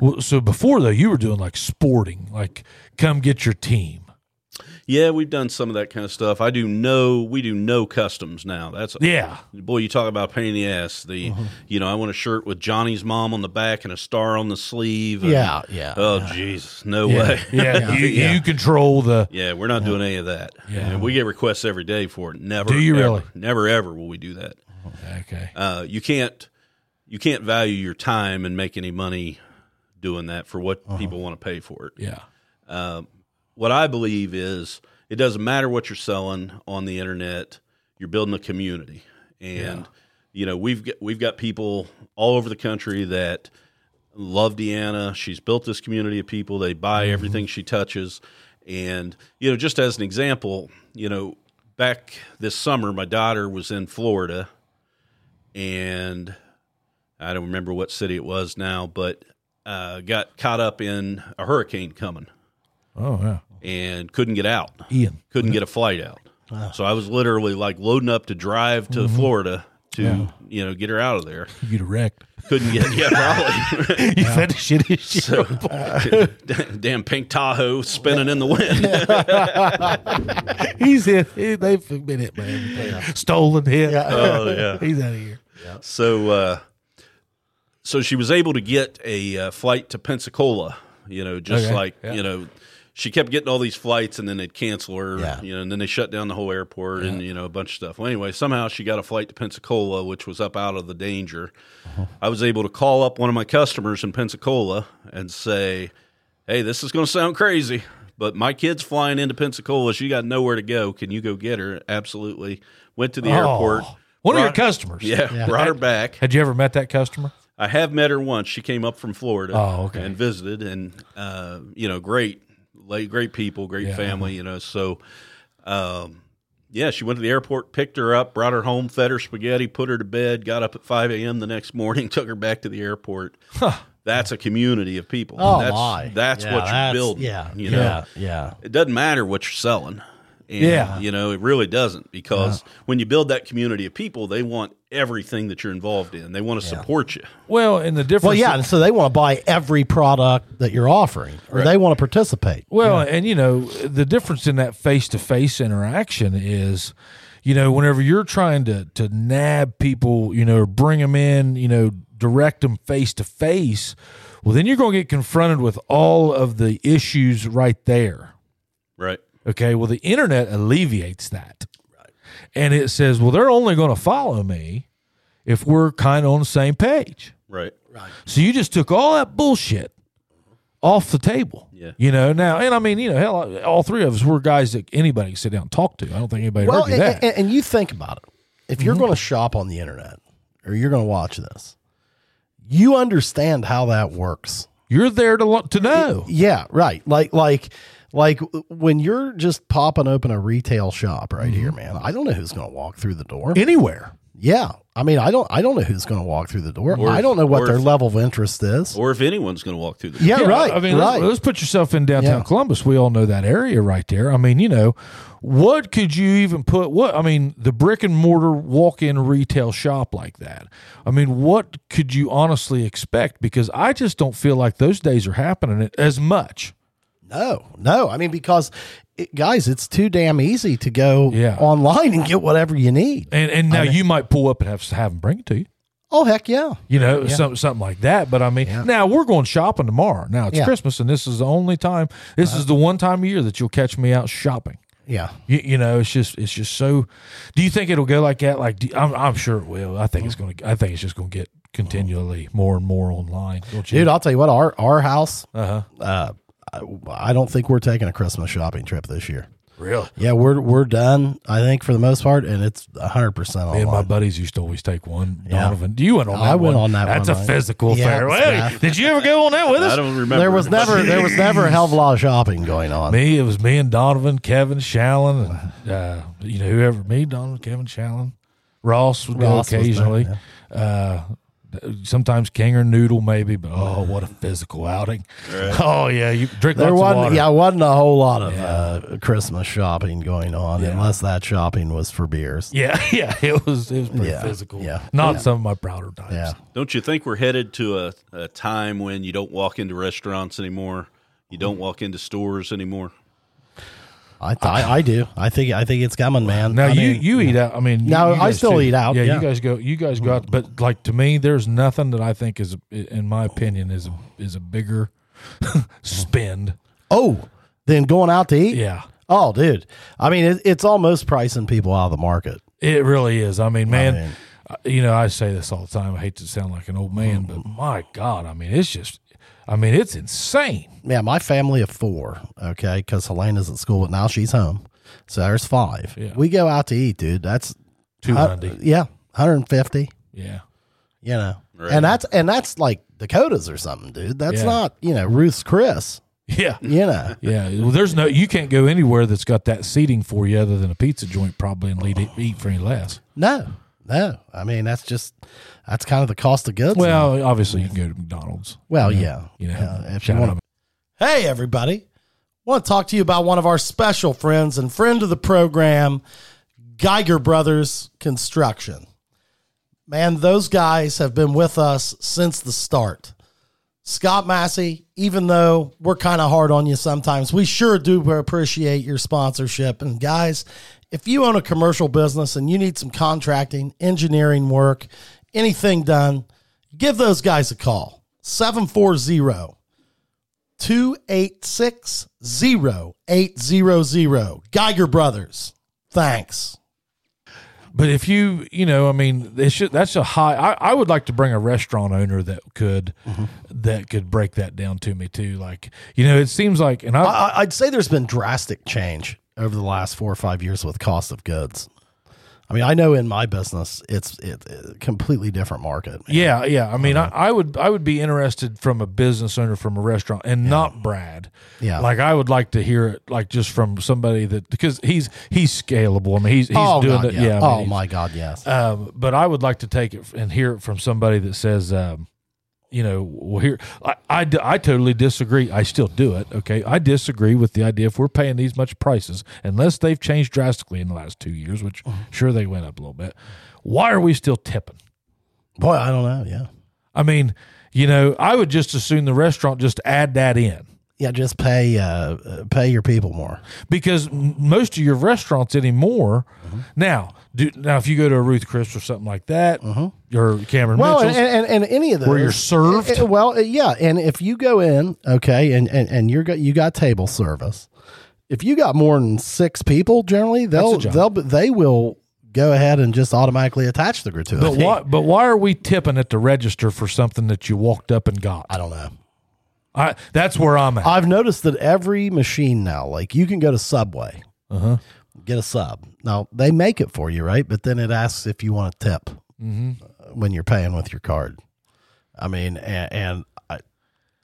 S2: Well, so before though, you were doing like sporting, like come get your team.
S3: Yeah, we've done some of that kind of stuff. I do no, we do no customs now. That's
S2: Yeah.
S3: boy, you talk about a pain in the ass. The
S2: Mm-hmm.
S3: you know, I want a shirt with Johnny's mom on the back and a star on the sleeve. and-
S1: Yeah. Yeah.
S2: Uh,
S3: Oh Jesus, no way.
S2: Yeah. You, you control the.
S3: Yeah, we're not doing any of that.
S2: Yeah.
S3: And we get requests every day for it. Never.
S2: Do you
S3: ever,
S2: really?
S3: Never ever will we do that.
S2: Okay.
S3: Uh, you can't. You can't value your time and make any money doing that for what
S2: Uh-huh.
S3: people want to pay for it.
S2: Yeah.
S3: what I believe is it doesn't matter what you're selling on the internet, you're building a community. And you know, we've got, we've got people all over the country that love Deanna. She's built this community of people. They buy everything she touches. And you know, just as an example, you know, back this summer my daughter was in Florida and I don't remember what city it was now, but uh, got caught up in a hurricane coming
S2: Oh yeah.
S3: and couldn't get out.
S2: Ian.
S3: Couldn't get a flight out. So I was literally like loading up to drive to Florida to you know get her out of there.
S2: You get wrecked.
S3: Couldn't get yeah probably
S2: You had the shittiest shit.
S3: so d- damn pink Tahoe spinning in the wind.
S2: He's hit. He- They've been hit by everything. Stolen hit.
S3: oh yeah.
S2: He's out of here.
S3: So uh, so she was able to get a uh, flight to Pensacola. You know, just
S2: Okay,
S3: like
S2: yeah.
S3: you know. She kept getting all these flights, and then they'd cancel her,
S1: Yeah.
S3: you know, and then they shut down the whole airport, and you know, a bunch of stuff. Well, anyway, somehow she got a flight to Pensacola, which was up out of the danger.
S2: Uh-huh.
S3: I was able to call up one of my customers in Pensacola and say, "Hey, this is going to sound crazy, but my kid's flying into Pensacola. She got nowhere to go. Can you go get her?" Absolutely. Went to the airport.
S2: Oh, one of your
S3: Brought-
S2: customers.
S3: yeah, brought her back.
S2: Had you ever met that customer?
S3: I have met her once. She came up from Florida.
S2: Oh, okay.
S3: And visited, and uh, you know, great, like, great people, great family. You know, so um, yeah, she went to the airport, picked her up, brought her home, fed her spaghetti, put her to bed, got up at five a.m. the next morning, took her back to the airport. That's a community of people.
S1: Oh,
S3: that's,
S1: my.
S3: That's
S1: Yeah,
S3: what
S1: that's-
S3: you're building.
S1: yeah,
S3: you know,
S1: yeah, yeah.
S3: it doesn't matter what you're selling. And,
S2: Yeah.
S3: you know, it really doesn't because when you build that community of people, they want everything that you're involved in. They want to support you.
S2: Well, and the difference.
S1: Well, yeah, and so they want to buy every product that you're offering, or they want to participate.
S2: Well, and you know, the difference in that face to face interaction is, you know, whenever you're trying to to nab people, you know, or bring them in, you know, direct them face to face, well, then you're going to get confronted with all of the issues right there.
S3: Right.
S2: Okay. Well, the internet alleviates that. Right. and it says, well, they're only going to follow me if we're kind of on the same page.
S3: Right.
S2: So you just took all that bullshit off the table.
S3: Yeah.
S2: You know, now, and I mean, you know, hell, all three of us were guys that anybody could sit down and talk to. I don't think anybody
S1: Well,
S2: argue
S1: and,
S2: that.
S1: and- and you think about it. If you're going to shop on the internet or you're going to watch this, you understand how that works.
S2: You're there to, lo- to know.
S1: Yeah, right. Like like like when you're just popping open a retail shop right here, man. I don't know who's going to walk through the door.
S2: Anywhere.
S1: yeah. I mean, I don't I don't know who's going to walk through the door.
S3: Or
S1: I
S3: if-
S1: don't know what
S3: or
S1: their
S3: if-
S1: level of interest is.
S3: Or if anyone's going to walk through the
S1: yeah,
S2: Yeah,
S1: right.
S2: I mean,
S1: right.
S2: let's, let's put yourself in downtown
S1: Yeah.
S2: Columbus. We all know that area right there. I mean, you know, what could you even put? What I mean, the brick and mortar walk-in retail shop like that. I mean, what could you honestly expect? Because I just don't feel like those days are happening as much.
S1: No, no. I mean, because it, guys, it's too damn easy to go
S2: Yeah.
S1: online and get whatever you need.
S2: And and now you might pull up and have have them bring it to you.
S1: Oh heck yeah!
S2: You know, some, something like that. But I mean, now we're going shopping tomorrow. Now it's
S1: Yeah. Uh-huh.
S2: Christmas, and this is the only time. This is the one time a year that you'll catch me out shopping.
S1: Yeah.
S2: You, you know, it's just it's just so. Do you think it'll go like that? Like do, I'm, I'm sure it will. I think it's gonna. I think it's just gonna get continually more and more online. Don't you?
S1: Dude, I'll tell you what, our our house,
S2: Uh-huh.
S1: uh, I, I don't think we're taking a Christmas shopping trip this year.
S2: Really?
S1: Yeah, we're we're done. I think for the most part, and it's hundred percent
S2: Me
S1: online.
S2: and my buddies used to always take one. Donovan, do you went on? That
S1: I went
S2: one?
S1: on that
S2: That's
S1: one,
S2: a
S1: right?
S2: physical
S1: Yeah,
S2: affair.
S1: it was
S2: Well,
S1: bad.
S2: did you ever go on that with us?
S3: I don't remember.
S1: there was never there was never a hell of a lot of shopping going on.
S2: Me, it was me and Donovan, Kevin, Shallon, and uh, you know whoever. Me, Donovan, Kevin, Shallon, Ross would go
S1: Ross was there,
S2: occasionally. uh, th- sometimes King or Noodle, maybe. But oh, what a physical outing! Oh yeah, you drink
S1: There
S2: lots of
S1: wasn't
S2: water.
S1: yeah, wasn't a whole lot of uh, Christmas shopping going on, unless that shopping was for beers.
S2: yeah, yeah. It was it was pretty
S1: Yeah,
S2: physical.
S1: yeah.
S2: not some of my prouder times.
S1: Yeah.
S3: Don't you think we're headed to a, a time when you don't walk into restaurants anymore? You don't walk into stores anymore.
S1: I, th- I I do. I think I think it's coming, man.
S2: Now
S1: I
S2: you
S1: mean,
S2: you eat out. I mean, you-
S1: No,
S2: you
S1: I
S2: guys
S1: still eat out,
S2: Yeah,
S1: yeah.
S2: you guys go. You guys go out. But like to me, there's nothing that I think is, in my opinion, is a, is a bigger spend.
S1: oh, then going out to eat.
S2: Yeah.
S1: Oh, dude. I mean, it, it's almost pricing people out of the market.
S2: It really is. I mean, man,
S1: mean-
S2: uh, you know, I say this all the time. I hate to sound like an old man, but my God, I mean, it's just, I mean, it's insane.
S1: Yeah, my family of four. Okay, because Helena's at school, but now she's home, so there's five.
S2: Yeah.
S1: We go out to eat, dude. That's
S2: Two
S1: uh,
S2: hundred,
S1: yeah, 150.
S2: yeah,
S1: You know,
S3: Right.
S1: and that's and that's like Dakotas or something, dude. That's
S2: Yeah.
S1: not you know Ruth's Chris.
S2: yeah,
S1: You know,
S2: yeah. Well, there's no, you can't go anywhere that's got that seating for you other than a pizza joint, probably, and lead, eat for any less.
S1: no, no. I mean, that's just that's kind of the cost of goods.
S2: Well, obviously, you can go to McDonald's.
S1: well, yeah,
S2: You know,
S1: Yeah, if you
S2: shout
S1: want
S2: out.
S1: Hey, everybody. want to talk to you about one of our special friends and friend of the program, Geiger Brothers Construction. Man, those guys have been with us since the start. Scott Massey, even though we're kind of hard on you sometimes, we sure do appreciate your sponsorship. And guys, if you own a commercial business and you need some contracting, engineering work, anything done, give those guys a call 740- 2860800 Geiger Brothers. Thanks.
S2: But if you, you know, I mean, it should, that's a high. I, I would like to bring a restaurant owner that could, that could break that down to me too. Like, you know, it seems like, and I,
S1: I, I'd say there's been drastic change over the last four or five years with cost of goods. I mean, I know in my business, it's it, it- completely different market.
S2: Yeah, yeah. I mean,
S1: Uh-huh.
S2: I, I would I would be interested from a business owner from a restaurant and not Brad.
S1: Yeah.
S2: like I would like to hear it like just from somebody that because he's he's scalable. I mean, he's he's
S1: oh,
S2: doing
S1: God,
S2: it.
S1: yeah.
S2: Yeah. I mean,
S1: oh,
S2: he's-
S1: my God, yes.
S2: Um, but I would like to take it and hear it from somebody that says, um, you know, well, here I, I d- I totally disagree. I still do it. Okay, I disagree with the idea if we're paying these much prices, unless they've changed drastically in the last two years, which
S1: Uh-huh.
S2: sure they went up a little bit. Why are we still tipping?
S1: Boy, I don't know. Yeah.
S2: I mean, you know, I would just assume the restaurant just add that in
S1: Yeah, just pay uh, uh, pay your people more.
S2: because m- most of your restaurants anymore
S1: Uh-huh.
S2: now do now if you go to a Ruth Chris or something like that or Cameron
S1: Uh-huh. Well, and,
S2: Mitchell's,
S1: and, and any of those
S2: you're served?
S1: Eh, eh, well, eh, yeah, and if you go in, okay, and and, and you're got you got table service, if you got more than six people, generally they'll
S2: job.
S1: they'll they will go ahead and just automatically attach the gratuity.
S2: But why? But why are we tipping at the register for something that you walked up and got?
S1: I don't know.
S2: I, that's where I'm at.
S1: I've noticed that every machine now, like you can go to Subway,
S2: Uh-huh.
S1: get a sub. Now they make it for you, right? But then it asks if you want a tip
S2: Mm-hmm.
S1: uh, when you're paying with your card. I mean, and, and I,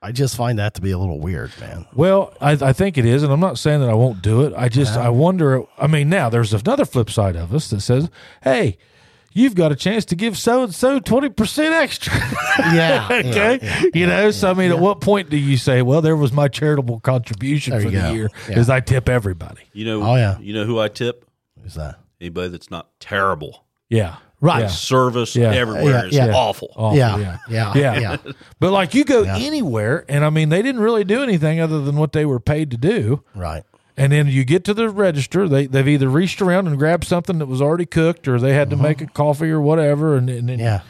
S1: I just find that to be a little weird, man.
S2: Well, I, I think it is, and I'm not saying that I won't do it. I just
S1: Uh-huh.
S2: I wonder. I mean, now there's another flip side of us that says, "Hey, you've got a chance to give so and so twenty percent extra."
S1: Yeah.
S2: okay, you know. so I mean, at what point do you say, "Well, there was my charitable contribution for
S1: you
S2: the
S1: go.
S2: year"?
S1: Yeah.
S2: Is I tip everybody?
S3: You know,
S1: Oh, yeah.
S3: you know who I tip?
S1: Who's that?
S3: Anybody that's not terrible.
S2: Yeah. Right.
S3: Service
S2: Yeah.
S3: everywhere
S1: Yeah,
S3: is
S1: yeah. Oh.
S3: awful.
S2: Awful,
S1: yeah,
S2: yeah.
S1: yeah,
S2: Yeah.
S1: yeah.
S2: But like you go anywhere, and I mean, they didn't really do anything other than what they were paid to do.
S1: Right.
S2: And then you get to the register, they, they've either reached around and grabbed something that was already cooked or they had to make a coffee or whatever. And, and, and
S1: Mm-hmm. Yeah. Uh,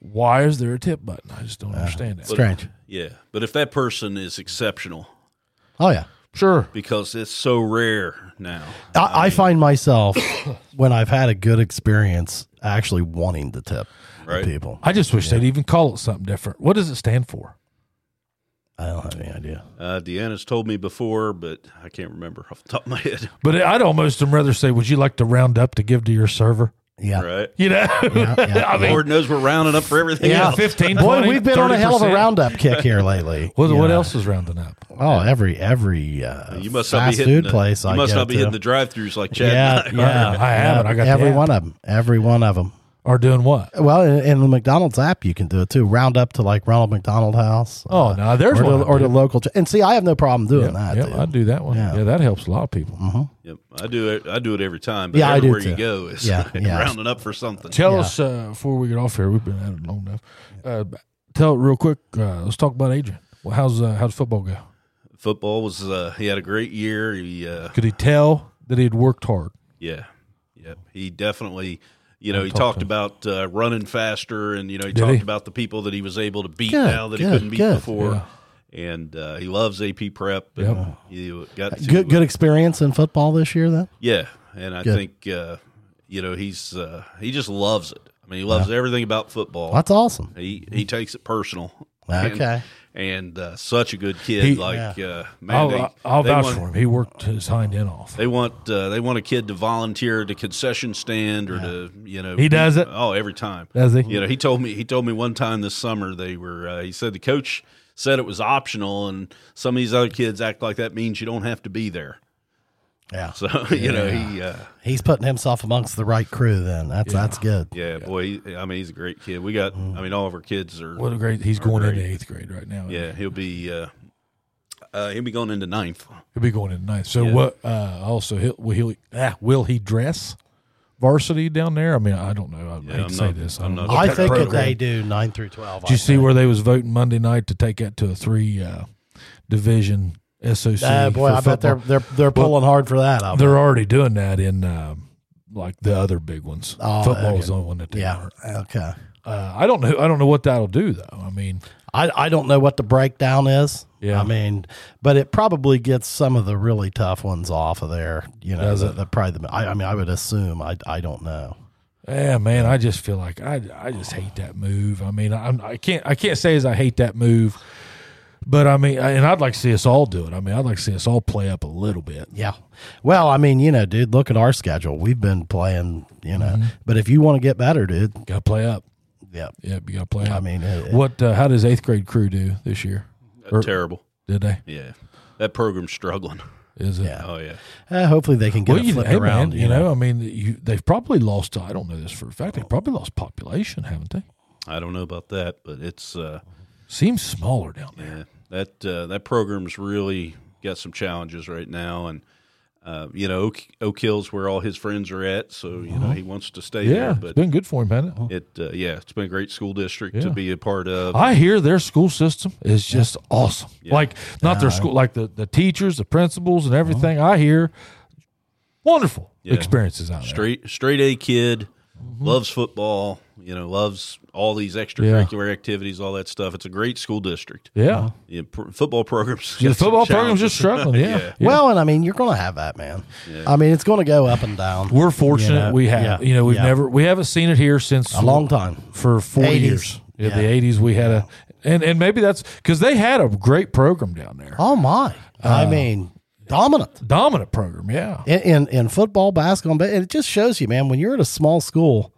S2: why is there a tip button? I just don't understand that.
S1: Strange.
S3: Yeah, but if that person is exceptional,
S1: Oh yeah.
S2: Sure.
S3: because it's so rare now.
S1: I, I find myself when I've had a good experience actually wanting to tip
S3: Right.
S1: people.
S2: I just wish they'd even call it something different. What does it stand for?
S1: I don't have any idea.
S3: Uh, Deanna's told me before, but I can't remember off the top of my head.
S2: But I'd almost rather say, would you like to round up to give to your server?
S1: Yeah.
S3: Right?
S2: You know? I mean,
S3: Lord knows we're rounding up for everything
S2: yeah,
S3: else.
S2: 15,
S1: Boy,
S2: 20,
S1: we've been on a hell of a
S2: 30%.
S1: roundup kick here lately.
S2: What,
S1: You
S2: what
S1: know.
S2: else is rounding up?
S1: Oh, every every uh,
S3: You must not be
S1: fast
S3: hitting
S1: food
S3: the,
S1: place.
S3: You
S1: I
S3: must
S1: go
S3: not be
S1: to.
S3: hitting the drive-throughs like Chad.
S1: Yeah,
S3: and I.
S1: yeah,
S2: I haven't. I got the
S1: every
S2: app.
S1: one of them. Every one of them.
S2: Or doing what?
S1: Well, in, in the McDonald's app, you can do it too. Round up to like Ronald McDonald House.
S2: Oh,
S1: uh,
S2: no, there's
S1: or
S2: one
S1: the,
S2: I
S1: or
S2: do.
S1: the local. ch- And see, I have no problem doing that.
S2: yeah,
S1: dude.
S2: I'd do that one.
S1: Yeah.
S2: Yeah. that helps a lot of people.
S3: Yep, I do it. I do it every time. But
S1: Yeah, I do
S3: everywhere
S1: too.
S3: you go, it's
S1: Yeah, yeah.
S3: rounding up for something.
S2: Tell us uh, before we get off here. We've been at it long enough. Uh, tell it real quick. Uh, let's talk about Adrian. Well, how's uh, how's football go?
S3: Football was. Uh, he had a great year. He. Uh,
S2: Could he tell that he had worked hard?
S3: yeah. Yep. He definitely. You know, he talked about uh, running faster, and you know, he
S2: Did
S3: talked
S2: he?
S3: about the people that he was able to beat
S1: Good,
S3: now that he
S1: good,
S3: couldn't beat
S1: good.
S3: before. And uh, he loves AP prep. And You got to,
S1: Good good experience in football this year, then.
S3: Yeah, and I
S1: Good.
S3: think uh, you know he's uh, he just loves it. I mean, he loves everything about football.
S1: That's awesome.
S3: He he takes it personal.
S1: Okay.
S3: and, and uh, such a good kid.
S2: He-
S3: like uh, man,
S2: I'll,
S3: they,
S2: I'll- I'll
S3: they
S2: vouch
S3: want,
S2: for him. He worked his hind end off.
S3: They want uh, they want a kid to volunteer at a concession stand or to you know
S2: He does it?
S3: Oh, every time
S2: Does he?
S3: You know, he told me he told me one time this summer they were. Uh, he said the coach said it was optional, and some of these other kids act like that means you don't have to be there.
S1: Yeah.
S3: So you know he. Uh,
S1: He's putting himself amongst the right crew. Then that's that's good.
S3: Yeah, boy. he- I mean, he's a great kid. We got. I mean, all of our kids are.
S2: What a great! He's going
S3: great.
S2: into eighth grade right now.
S3: Yeah, he'll be. Uh, uh, he'll be going into ninth.
S2: he'll be going into ninth. So what? Uh, also, he'll, will he ah, will he dress varsity down there? I mean, I don't know. I hate
S3: I'm
S2: to say
S3: not-
S2: this.
S3: I'm
S2: don't
S3: not
S2: know.
S1: I
S3: That
S1: think that
S3: program.
S1: they do nine through twelve.
S2: Did you see where they was voting Monday night to take that to a three uh, division SOC?
S1: Oh boy,
S2: for
S1: I bet they're
S2: football?
S1: they're they're pulling hard for that. I bet.
S2: they're already doing that in um, like the other big ones.
S1: Oh,
S2: Football
S1: okay.
S2: is the only one that they
S1: Yeah.
S2: aren't.
S1: Okay.
S2: Uh, I don't know. I don't know what that'll do though. I mean,
S1: I, I don't know what the breakdown is.
S2: Yeah.
S1: I mean, but it probably gets some of the really tough ones off of there. You know, the, the, probably the, I, I mean, I would assume. I, I don't know.
S2: yeah, man, I just feel like I I just hate that move. I mean, I'm, I can't I can't say as I hate that move, but I mean, I- and I'd like to see us all do it. I mean, I'd like to see us all play up a little bit.
S1: Yeah. Well, I mean, you know, dude, look at our schedule. We've been playing, you know,
S2: Mm-hmm.
S1: but if you want to get better, dude,
S2: Got to play up.
S1: yeah.
S2: Yep, you got to play up.
S1: I mean, it-
S2: what? Uh, how does eighth grade crew do this year? Or-
S3: Terrible.
S2: Did they?
S3: Yeah, that program's struggling.
S2: Is it?
S1: Yeah.
S3: Oh yeah.
S1: eh, hopefully they can get
S2: Well,
S1: it
S2: you,
S1: flipped
S2: hey,
S1: around.
S2: man, you know, I mean, you, they've probably lost. I don't know this for a fact. They've probably lost population, haven't they?
S3: I don't know about that, but it's uh,
S2: Seems smaller down there.
S3: yeah, that uh, that program's really got some challenges right now, and uh, you know, Oak, Oak Hill's where all his friends are at, so you know he wants to stay
S2: Uh-huh. Yeah,
S3: there.
S2: it's
S3: But
S2: been good for him, hasn't it?
S3: it, uh, yeah, it's been a great school district to be a part of.
S2: I hear their school system is just awesome. Like not their school, like the, the teachers, the principals, and everything. I hear wonderful experiences out there.
S3: straight straight A kid.
S2: Mm-hmm.
S3: loves football, you know, loves all these extracurricular activities, all that stuff. It's a great school district.
S2: Yeah.
S3: Yeah, pr- football programs.
S2: The
S3: got some
S2: football program's
S3: challenges.
S2: just struggling. Yeah.
S3: Yeah.
S2: Yeah.
S1: Well, and I mean, you're going to have that, man. I mean, it's going to go up and down.
S2: we're fortunate
S1: You know,
S2: we have.
S1: yeah,
S2: You know, we've
S1: yeah.
S2: never we haven't seen it here since
S1: a long time.
S2: for 40
S1: 80s.
S2: years. Yeah,
S1: Yeah.
S2: the 80s we had a and and maybe that's cuz they had a great program down there.
S1: Oh my! I mean, dominant
S2: Dominant program, yeah.
S1: in, in in football, basketball, but it just shows you, man. When you're at a small school,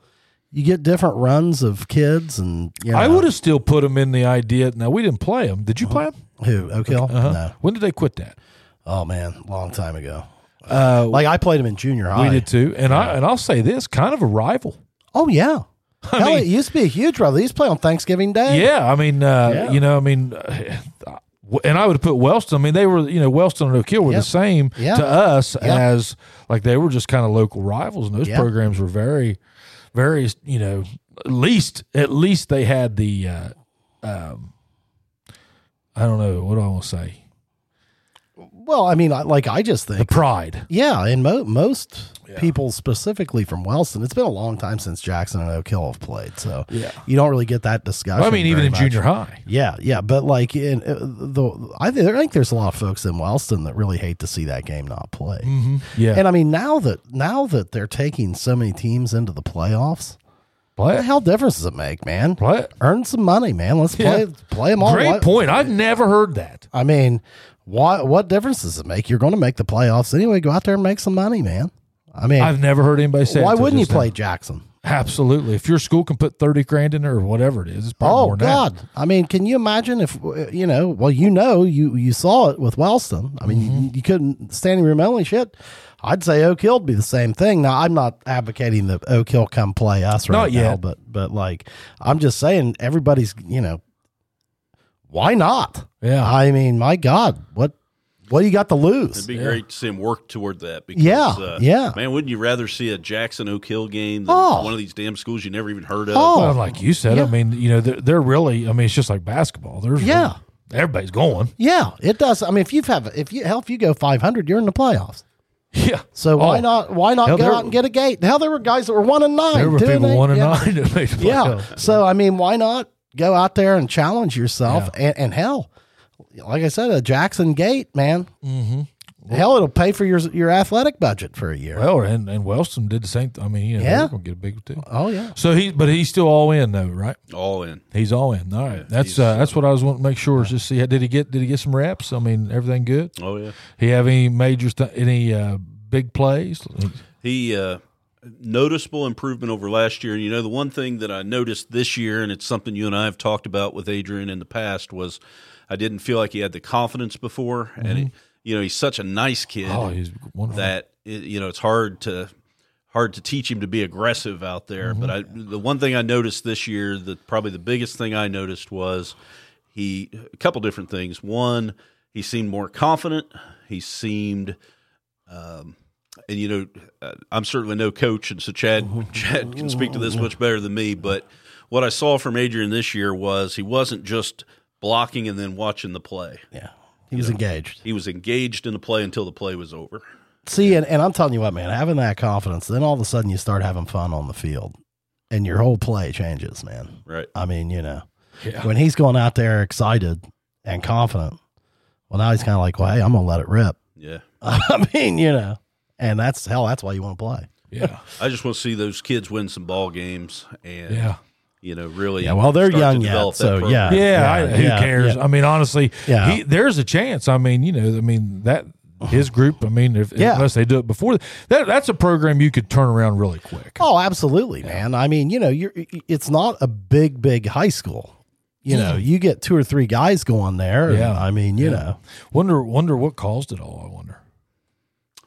S1: you get different runs of kids, and you know,
S2: I would have still put them in the idea. Now we didn't play them. Did you play them?
S1: who Oak Hill? No,
S2: When did they quit that?
S1: oh man, long time ago.
S2: Uh,
S1: like I played him in junior high.
S2: We did too. And I and I'll say this, kind of a rival.
S1: Oh yeah. Hell,
S2: mean-
S1: it used to be a huge brother. He used to play on Thanksgiving Day.
S2: Yeah, I mean, uh,
S1: Yeah.
S2: you know, I mean, uh, and I would put Wellston. I mean, they were, you know, Wellston and Oak Hill were
S1: Yeah.
S2: the same
S1: Yeah.
S2: to us
S1: Yeah.
S2: as like they were just kind of local rivals, and those
S1: Yeah.
S2: programs were very, very, you know, at least at least they had the, uh, um, I don't know what do I want to say,
S1: Well, I mean, I, like I just think
S2: the pride.
S1: Yeah, and mo- most people, specifically from Wellston, it's been a long time since Jackson and Oak Hill have played, so
S2: Yeah.
S1: you don't really get that discussion.
S2: I mean, even
S1: very
S2: in
S1: much.
S2: junior high.
S1: Yeah, yeah, but like in uh, the, I, th- I think there's a lot of folks in Wellston that really hate to see that game not play.
S2: Mm-hmm. Yeah,
S1: And I mean, now that now that they're taking so many teams into the playoffs, what the
S2: play,
S1: hell difference does it make, man?
S2: play.
S1: Earn some money, man. Let's play
S2: Yeah.
S1: play them all.
S2: Great
S1: Why-
S2: point. I've never heard that.
S1: I mean, what what difference does it make? You're going to make the playoffs anyway. Go out there and make some money, man. I mean,
S2: I've never heard anybody say. it
S1: why
S2: till
S1: wouldn't you
S2: just now.
S1: play Jackson?
S2: Absolutely. If your school can put thirty grand in there or whatever it is, it's probably
S1: Oh
S2: more than that.
S1: God! I mean, can you imagine if uh, you know? Well, you know, you you saw it with Wellston. I mean,
S2: Mm-hmm.
S1: you, you couldn't standing room only shit. I'd say Oak Hill would be the same thing. Now, I'm not advocating that Oak Hill come play us right
S2: Not
S1: now,
S2: yet.
S1: but but like I'm just saying, everybody's you know, why not?
S2: Yeah.
S1: I mean, my God, what what do you got to lose?
S3: It'd be great to see him work toward that. Because,
S1: Yeah,
S3: uh,
S1: yeah.
S3: Man, wouldn't you rather see a Jackson Oak Hill game than
S1: Oh.
S3: one of these damn schools you never even heard of?
S1: Oh.
S2: Well, like you said, I mean, you know, they're, they're really. I mean, it's just like basketball. There's
S1: Yeah.
S2: everybody's going.
S1: Yeah, it does. I mean, if you have, if you hell, if you go 500, you're in the playoffs.
S2: Yeah.
S1: So why
S2: Oh,
S1: not? Why not
S2: Hell,
S1: go
S2: there-
S1: out and get a gate? Hell, there were guys that were one and nine.
S2: There were
S1: two
S2: people
S1: eight.
S2: one and
S1: yeah.
S2: nine that made the
S1: Yeah.
S2: playoffs.
S1: So I mean, why not go out there and challenge yourself? And, and hell, like I said, a Jackson Gate, man. Mm-hmm. Hell, it'll pay for your your athletic budget for a year.
S2: oh, Well, and and Wellston did the same. Th- I mean, you know,
S1: Yeah.
S2: they're gonna get a big deal.
S1: oh yeah.
S2: So he, but he's still all in though, right?
S3: All in.
S2: He's all in. All right, that's uh, that's what I was wanting to make sure. Is just see, how- did he get did he get some reps? I mean, everything good?
S3: Oh, yeah.
S2: He have any major th- any uh, big plays?
S3: He uh, noticeable improvement over last year. And you know, the one thing that I noticed this year, and it's something you and I have talked about with Adrian in the past, was I didn't feel like he had the confidence before.
S1: Mm-hmm.
S3: And he, you know, he's such a nice kid
S2: Oh, he's wonderful.
S3: that it, you know it's hard to hard to teach him to be aggressive out there. But I, the one thing I noticed this year, that probably the biggest thing I noticed was he a couple different things. One, he seemed more confident. He seemed um, and you know, uh, I'm certainly no coach, and so Chad Chad can speak to this much better than me. But what I saw from Adrian this year was he wasn't just blocking and then watching the play.
S1: Yeah. He was engaged.
S3: He was engaged in the play until the play was over.
S1: See, and, and I'm telling you what, man, having that confidence, then all of a sudden you start having fun on the field, and your whole play changes, man.
S3: Right.
S1: I mean, you know, when he's going out there excited and confident, well, now he's kind of like, well, hey, I'm going to let it rip.
S3: Yeah.
S1: I mean, you know, and that's hell, that's why you want to play.
S2: Yeah,
S3: I just want to see those kids win some ball games and
S2: yeah.
S3: you know really.
S1: Yeah, well, they're
S3: start to
S1: young yet,
S3: develop that
S1: so,
S3: program.
S1: Uh, yeah.
S2: Yeah, I, who
S1: yeah,
S2: cares?
S1: yeah.
S2: I mean, honestly,
S1: Yeah.
S2: he, there's a chance. I mean, you know, I mean that his group. I mean, if,
S1: Yeah.
S2: unless they do it before that, that's a program you could turn around really quick.
S1: Oh, absolutely, man. I mean, you know, you're it's not a big, big high school. You know, you get two or three guys going there. and,
S2: Yeah.
S1: I mean, you know,
S2: Wonder, wonder what caused it all. I wonder.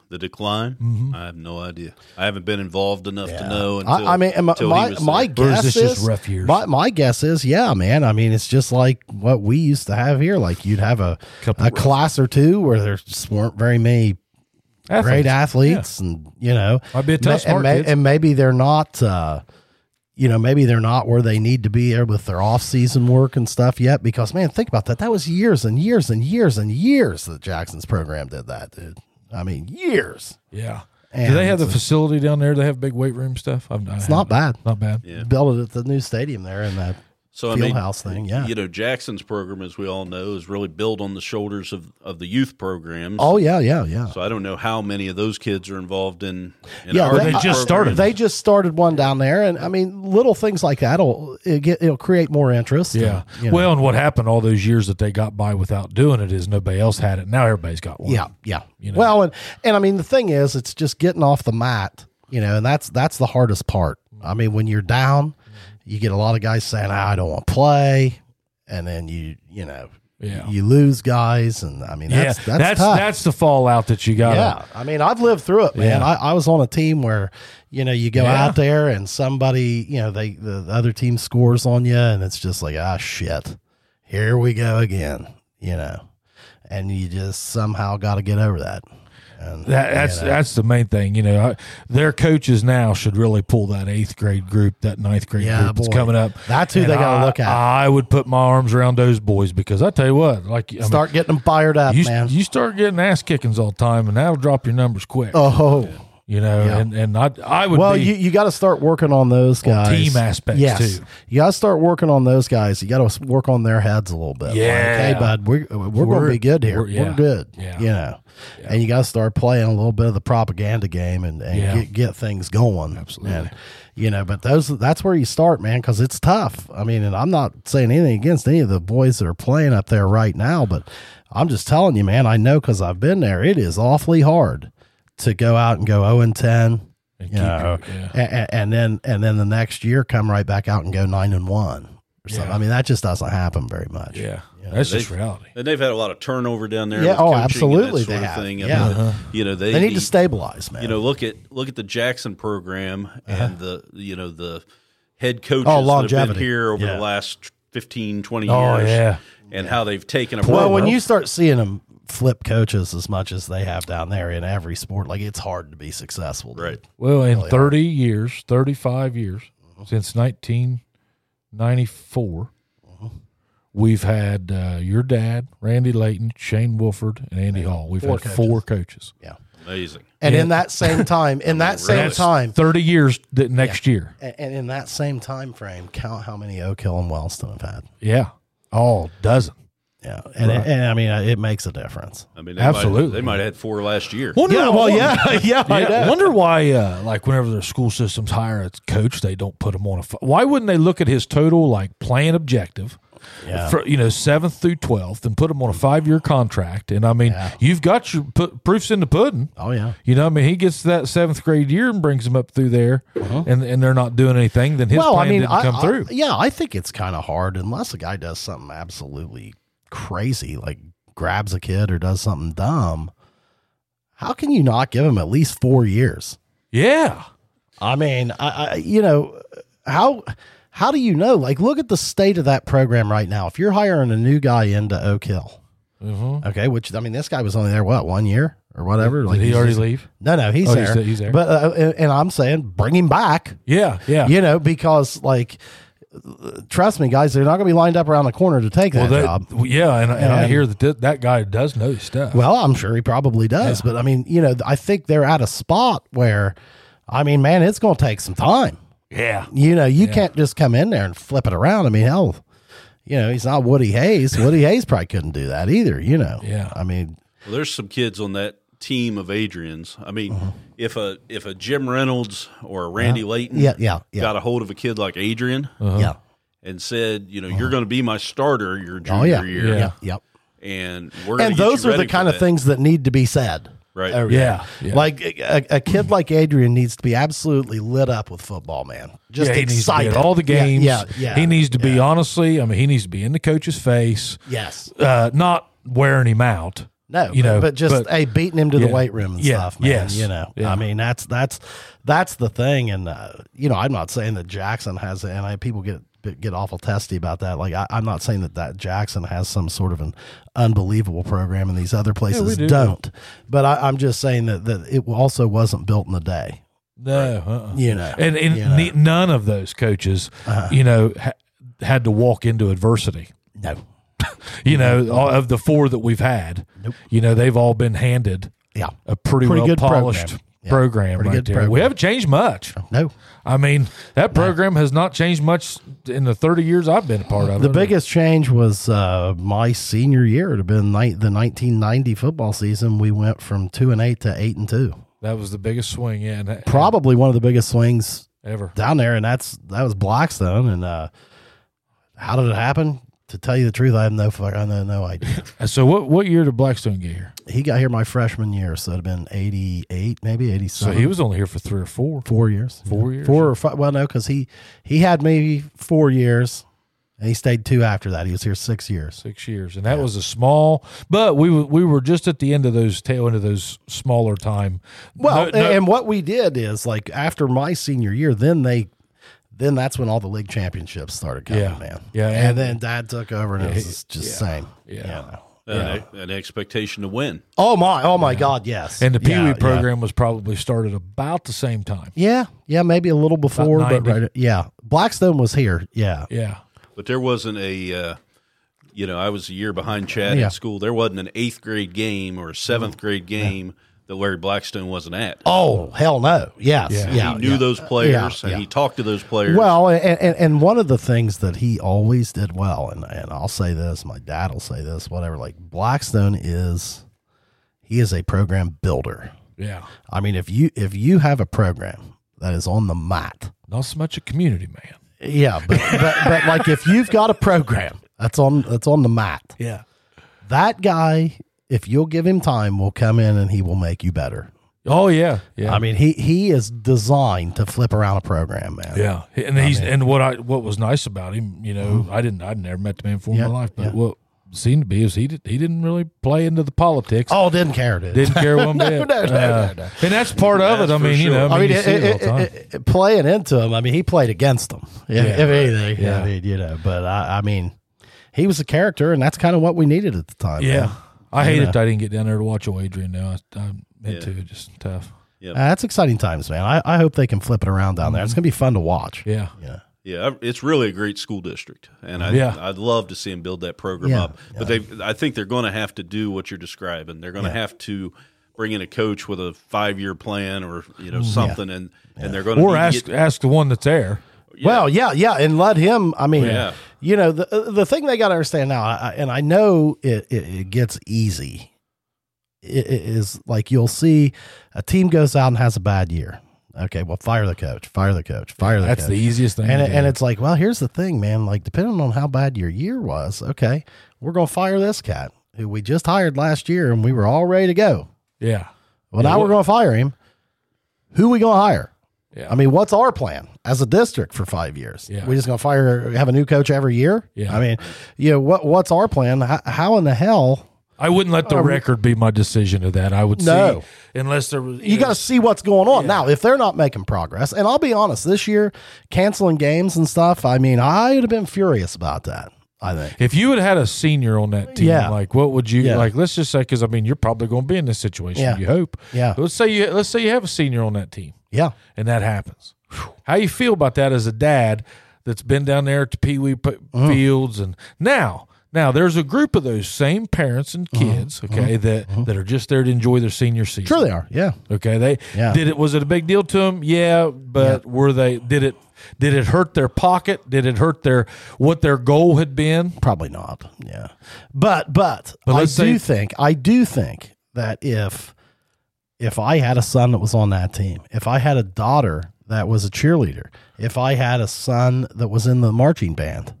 S3: The decline. I have no idea. I haven't been involved enough to know. Until,
S1: Mm-hmm. I, I mean, and my
S3: until he
S1: my,
S3: was
S1: my
S3: there.
S2: Or is
S1: guess
S2: this
S1: is,
S2: just rough years?
S1: My, my guess is, yeah, man. I mean, it's just like what we used to have here. Like you'd have a
S2: Couple
S1: a
S2: rough-
S1: class or two where there just weren't very many great athletes, and you know,
S2: Might be a tough
S1: and,
S2: smart kids.
S1: and maybe they're not. uh you know, maybe they're not where they need to be with their off-season work and stuff yet. Because man, think about that. That was years and years and years and years that Jackson's program did that, dude. I mean, years.
S2: Yeah. Do
S1: And
S2: they have the
S1: it's
S2: facility down there? They have big weight room stuff. I've,
S1: It's not bad.
S2: Not bad.
S3: Yeah.
S1: Built it at the new stadium there in that
S3: So I
S1: field
S3: mean,
S1: house thing. Yeah.
S3: you know, Jackson's program, as we all know, is really built on the shoulders of, of the youth programs.
S1: oh yeah, yeah, yeah.
S3: So I don't know how many of those kids are involved in. in
S1: Yeah,
S3: our
S1: they
S3: youth
S2: just
S3: program.
S2: started.
S1: They just started one down there, and I mean, little things like that'll it get it'll create more interest.
S2: Yeah.
S1: and, you know.
S2: Well, and what happened all those years that they got by without doing it is nobody else had it. Now everybody's got one.
S1: Yeah, yeah. Well, and and I mean the thing is, it's just getting off the mat, you know, and that's that's the hardest part. I mean, when you're down, you get a lot of guys saying, "I don't want to play," and then you you know
S2: Yeah.
S1: you lose guys, and I mean
S2: Yeah.
S1: that's
S2: That's
S1: that's
S2: that's,
S1: tough.
S2: the fallout that you got.
S1: yeah, I mean I've lived through it, man.
S2: Uh, Yeah.
S1: I, I was on a team where you know you go
S2: Yeah.
S1: out there and somebody you know they the, the other team scores on you, and it's just like ah shit, here we go again, you know, and you just somehow got to get over that. And,
S2: That, that's
S1: you know.
S2: that's the main thing, you know. I, their coaches now should really pull that eighth grade group, that ninth grade
S1: Yeah,
S2: group that's
S1: boy.
S2: coming up.
S1: That's who
S2: And
S1: they gotta
S2: I- um,
S1: look at.
S2: I would put my arms around those boys because I tell you what, like I mean,
S1: start getting them fired up,
S2: you,
S1: man.
S2: you start getting ass kickings all the time, and that'll drop your numbers quick.
S1: oh,
S2: you know, and and I I would
S1: well,
S2: be,
S1: you, you got to start working on those guys.
S2: team aspects, too.
S1: You got to start working on those guys. You got to work on their heads a little bit. Like,
S2: Yeah.
S1: hey, bud, we're, we're, going to
S2: We're-
S1: be good here. We're,
S2: we're- yeah.
S1: good.
S2: Yeah.
S1: You know, and you got to start playing a little bit of the propaganda game and, and
S2: Yeah.
S1: get, get things going. Absolutely. And, you know, but those that's where you start, man, because it's tough. I mean, and I'm not saying anything against any of the boys that are playing up there right now, but I'm just telling you, man, I know because I've been there. It is awfully hard to go out and go 0 and 10
S2: and
S1: you know,
S2: keep your- yeah.
S1: a- a- and, then and then the next year come right back out and go nine and one or something.
S2: Yeah.
S1: I mean, that just doesn't happen very much.
S2: Yeah. That's just
S3: They-
S2: reality.
S3: And they've had a lot of turnover down there.
S1: Yeah,
S3: with
S1: oh,
S3: coaching and that
S1: absolutely
S3: sort
S1: they
S3: of
S1: have.
S3: thing. I
S1: Yeah. Uh-huh.
S3: mean, you know, they,
S1: They need to stabilize, man.
S3: You know, look at look at the Jackson program and the you know the head coaches
S1: Uh-huh. Oh,
S3: that have
S1: longevity.
S3: been here over
S1: Yeah.
S3: the last 15, 20 years.
S2: Oh, yeah.
S3: and how they've taken a
S1: well, when
S3: program.
S1: you start seeing them flip coaches as much as they have down there in every sport, like it's hard to be successful, dude.
S3: right.
S2: Well, in 30 years, 35 years, since 1994, Uh-huh. we've had uh, your dad, Randy Layton, Shane Wolford, and Andy Hall. We've had four coaches.
S1: Yeah.
S3: Amazing.
S1: And in that same time, in that same
S2: That's
S1: time,
S2: 30 years th- next year.
S1: and and in that same time frame, count how many Oak Hill and Wellston have had.
S2: Yeah. Oh, dozen.
S1: Yeah, and
S2: Right.
S1: and I mean, it makes a difference.
S3: I mean, they might-
S2: Absolutely.
S3: they might have had four last year.
S2: Wonder, wonder-
S1: yeah, I know.
S2: Yeah, wonder why, uh, like, whenever their school systems hire a coach, they don't put him on a. f- Why wouldn't they look at his total like plan objective?
S1: Yeah.
S2: fr- you know, seventh through twelfth, and put him on a five-year contract. And I mean, you've got your pu- proofs in the pudding.
S1: Oh yeah.
S2: You know, I mean, he gets that seventh grade year and brings him up through there,
S1: Uh-huh.
S2: and and they're not doing anything. Then his plan didn't come through.
S1: yeah, I think it's kind of hard unless a guy does something absolutely crazy, like grabs a kid or does something dumb. How can you not give him at least four years?
S2: yeah,
S1: I mean, I, I you know how how do you know? Like, look at the state of that program right now. If you're hiring a new guy into Oak Hill,
S2: Uh-huh.
S1: okay, which I mean, this guy was only there what one year or whatever. Like
S2: did he
S1: he's
S2: already
S1: just-
S2: leave?
S1: No, no, he's
S2: Oh, he's
S1: there.
S2: there- he's there.
S1: But uh, and- and I'm saying, bring him back
S2: Yeah, yeah.
S1: you know, because like, trust me, guys, they're not going to be lined up around the corner to take
S2: Well,
S1: that,
S2: that-
S1: job.
S2: well, yeah, and, and I
S1: And-
S2: hear that th- that guy does know his stuff.
S1: Well, I'm sure he probably does, but I mean, you know, I think they're at a spot where, I mean, man, it's going to take some time.
S2: yeah,
S1: You know, you can't just come in there and flip it around. I mean, hell, you know, he's not Woody Hayes. Woody Hayes probably couldn't do that either. You know,
S2: Yeah.
S1: I mean,
S3: Well, there's some kids on that team of Adrian's. I mean,
S1: Uh-huh.
S3: if a if a Jim Reynolds or a Randy Layton
S1: Yeah, yeah, yeah. Uh-huh.
S3: got a hold of a kid like Adrian
S1: yeah,
S3: and said, you know, you're going to be my starter your junior
S1: Uh-huh. oh yeah,
S3: year,
S1: yeah, yeah.
S3: and we're gonna
S1: And
S3: get
S1: those
S3: you
S1: are the
S3: ready for
S1: kind of
S3: that."
S1: things that need to be said.
S3: Right.
S1: Oh,
S2: yeah, yeah.
S1: Like a, a kid like Adrian needs to be absolutely lit up with football, man. Just
S2: yeah, he needs to be
S1: excited.
S2: at all the
S1: Yeah,
S2: games.
S1: Yeah, yeah.
S2: He needs to be honestly. I mean, he needs to be in the coach's face,
S1: Yes.
S2: uh, not wearing him out.
S1: No.
S2: you
S1: but-
S2: know,
S1: but just
S2: but-
S1: hey, beating him to the
S2: yeah,
S1: weight room and
S2: yeah,
S1: stuff, man.
S2: yes,
S1: You know,
S2: yeah.
S1: I mean that's that's that's the thing, and uh, you know, I'm not saying that Jackson has, and I, people get get awful testy about that. Like I, I'm not saying that that Jackson has some sort of an unbelievable program, and these other places
S2: do.
S1: not But I, I'm just saying that that it also wasn't built in a day.
S2: No, uh-uh.
S1: You know,
S2: and, and
S1: you know. Uh-huh.
S2: ne- none of those coaches, you know, ha- had to walk into adversity.
S1: no.
S2: You know, all, of the four that we've had, you know, they've all been handed
S1: Yeah.
S2: a pretty,
S1: Pretty
S2: well
S1: good
S2: polished
S1: program.
S2: program
S1: pretty
S2: right
S1: good
S2: there. We
S1: program. Oh.
S2: haven't changed much.
S1: No.
S2: I mean, that program has not changed much in the 30 years I've been a part of
S1: The
S2: it.
S1: biggest change was uh, my senior year. It had been ni- the 1990 football season. We went from two and eight to eight and two.
S2: That was the biggest swing, yeah, and that-
S1: Probably one of the biggest swings
S2: ever.
S1: down there, and that's that was Blackstone. And uh, how did it happen? To tell you the truth, I have no fuck. I know no idea.
S2: So what what year did Blackstone get here?
S1: he got here my freshman year, so it'd been 88, maybe 87.
S2: So he was only here for three or four.
S1: four years.
S2: Four years.
S1: four or five. Well, no, because he he had maybe four years, and he stayed two after that. He was here six years.
S2: six years, and that was a small. But we were- we were just at the end of those tail end of those smaller time.
S1: Well,
S2: No- no-
S1: and what we did is like after my senior year, then they, then that's when all the league championships started coming,
S2: Yeah.
S1: man.
S2: Yeah,
S1: and,
S2: and-
S1: then Dad took over, and it was just same.
S2: Yeah.
S3: An, an expectation to win.
S1: Oh my! Oh my God! Yes.
S2: and the Pee Wee
S1: Yeah, yeah.
S2: program was probably started about the same time.
S1: Yeah, yeah, maybe a little before, but
S2: 90.
S1: right. Yeah, Blackstone was here. Yeah,
S2: Yeah,
S3: But there wasn't a, uh, you know, I was a year behind Chad
S1: Yeah.
S3: in school. There wasn't an eighth grade game or a seventh grade game that Larry Blackstone wasn't at.
S1: Oh hell no! Yes, yeah,
S3: he knew
S1: yeah.
S3: those players and
S1: yeah.
S3: he talked to those players.
S1: Well, and, and, and one of the things that he always did well, and, and I'll say this, my dad will say this, whatever, like Blackstone is, he is a program builder.
S2: yeah.
S1: I mean, if you, if you have a program that is on the mat,
S2: Not so much a community man.
S1: yeah, but, but, but like if you've got a program that's on, that's on the mat,
S2: Yeah.
S1: that guy, if you'll give him time, will come in and he will make you better.
S2: Oh yeah. Yeah.
S1: I mean, he, he is designed to flip around a program, man.
S2: yeah, and he's and what I what was nice about him, you know, I didn't I'd never met the man before
S1: Mm-hmm. Yeah,
S2: in my life, but
S1: yeah.
S2: what seemed to be is he did, he didn't really play into the politics.
S1: Oh, didn't care, dude.
S2: Didn't care one bit.
S1: no, no,
S2: Uh, And that's part of it. I
S3: That's
S2: mean,
S3: for
S2: you know,
S3: sure.
S2: I
S1: I
S2: mean,
S1: mean,
S2: you
S1: it,
S2: see it all
S1: it,
S2: the time.
S1: it- it- playing into him. I mean, he played against him. If,
S2: Yeah.
S1: if anything,
S2: Yeah.
S1: I mean, you know. But I, I mean, he was a character, and that's kind of what we needed at the time.
S2: Yeah.
S1: man.
S2: I hate
S1: You
S2: it that I didn't get down there to watch old Adrian now. I, I meant
S3: Yeah.
S2: to, it's just tough.
S1: Uh, that's exciting times, man. I, I hope they can flip it around down there. It's gonna be fun to watch.
S2: Yeah.
S1: Yeah,
S3: Yeah, I- it's really a great school district, and I,
S2: Yeah.
S3: I'd love to see them build that program
S1: Yeah,
S3: up. But they, I think they're going to have to do what you're describing. They're going to have to bring in a coach with a five year plan or you
S1: Mm,
S3: know something, and and they're going to
S2: Or ask ask the one that's there.
S1: Well, yeah, yeah, and let him. I
S2: Oh,
S1: mean,
S3: Yeah.
S1: you know, the the thing they got to understand now, I, I- and I know it, it, it gets easy. It, it is like you'll see a team goes out and has a bad year. Okay, well, fire the coach, fire the coach, fire the
S2: That's
S1: coach.
S2: the easiest thing.
S1: and
S2: to
S1: it,
S2: do.
S1: and it's like, well, here's the thing, man. Like, depending on how bad your year was, okay, we're gonna fire this cat who we just hired last year, and we were all ready to go.
S2: yeah.
S1: Well, now we're gonna fire him. Who we gonna hire?
S2: Yeah.
S1: I mean, what's our plan as a district for five years?
S2: Yeah.
S1: We're just gonna fire, have a new coach every year.
S2: Yeah.
S1: I mean, you know, what what's our plan? How, how in the hell?
S2: I wouldn't let the record be my decision of that. I would
S1: Um, No.
S2: see unless there was
S1: You got to see what's going on now. If they're not making progress, and I'll be honest, this year canceling games and stuff. I mean, I would have been furious about that. I think.
S2: if you had had a senior on that team,
S1: Yeah.
S2: like what would you
S1: Yeah.
S2: like? Let's just say because I mean you're probably going to be in this situation.
S1: Yeah.
S2: You hope.
S1: Yeah.
S2: Let's say you let's say you have a senior on that team.
S1: Yeah.
S2: and that happens. How you feel about that as a dad that's been down there to Pee Wee p- Fields and now now there's a group of those same parents and kids, okay, that that are just there to enjoy their senior season.
S1: Sure, they are. Yeah.
S2: Okay, they
S1: Yeah.
S2: did it. Was it a big deal to them? Yeah, but were they? Did it? Did it hurt their pocket? Did it hurt their what their goal had been?
S1: Probably not. Yeah. But but, I do
S2: let's say-
S1: think I do think that if if I had a son that was on that team, if I had a daughter that was a cheerleader, if I had a son that was in the marching band,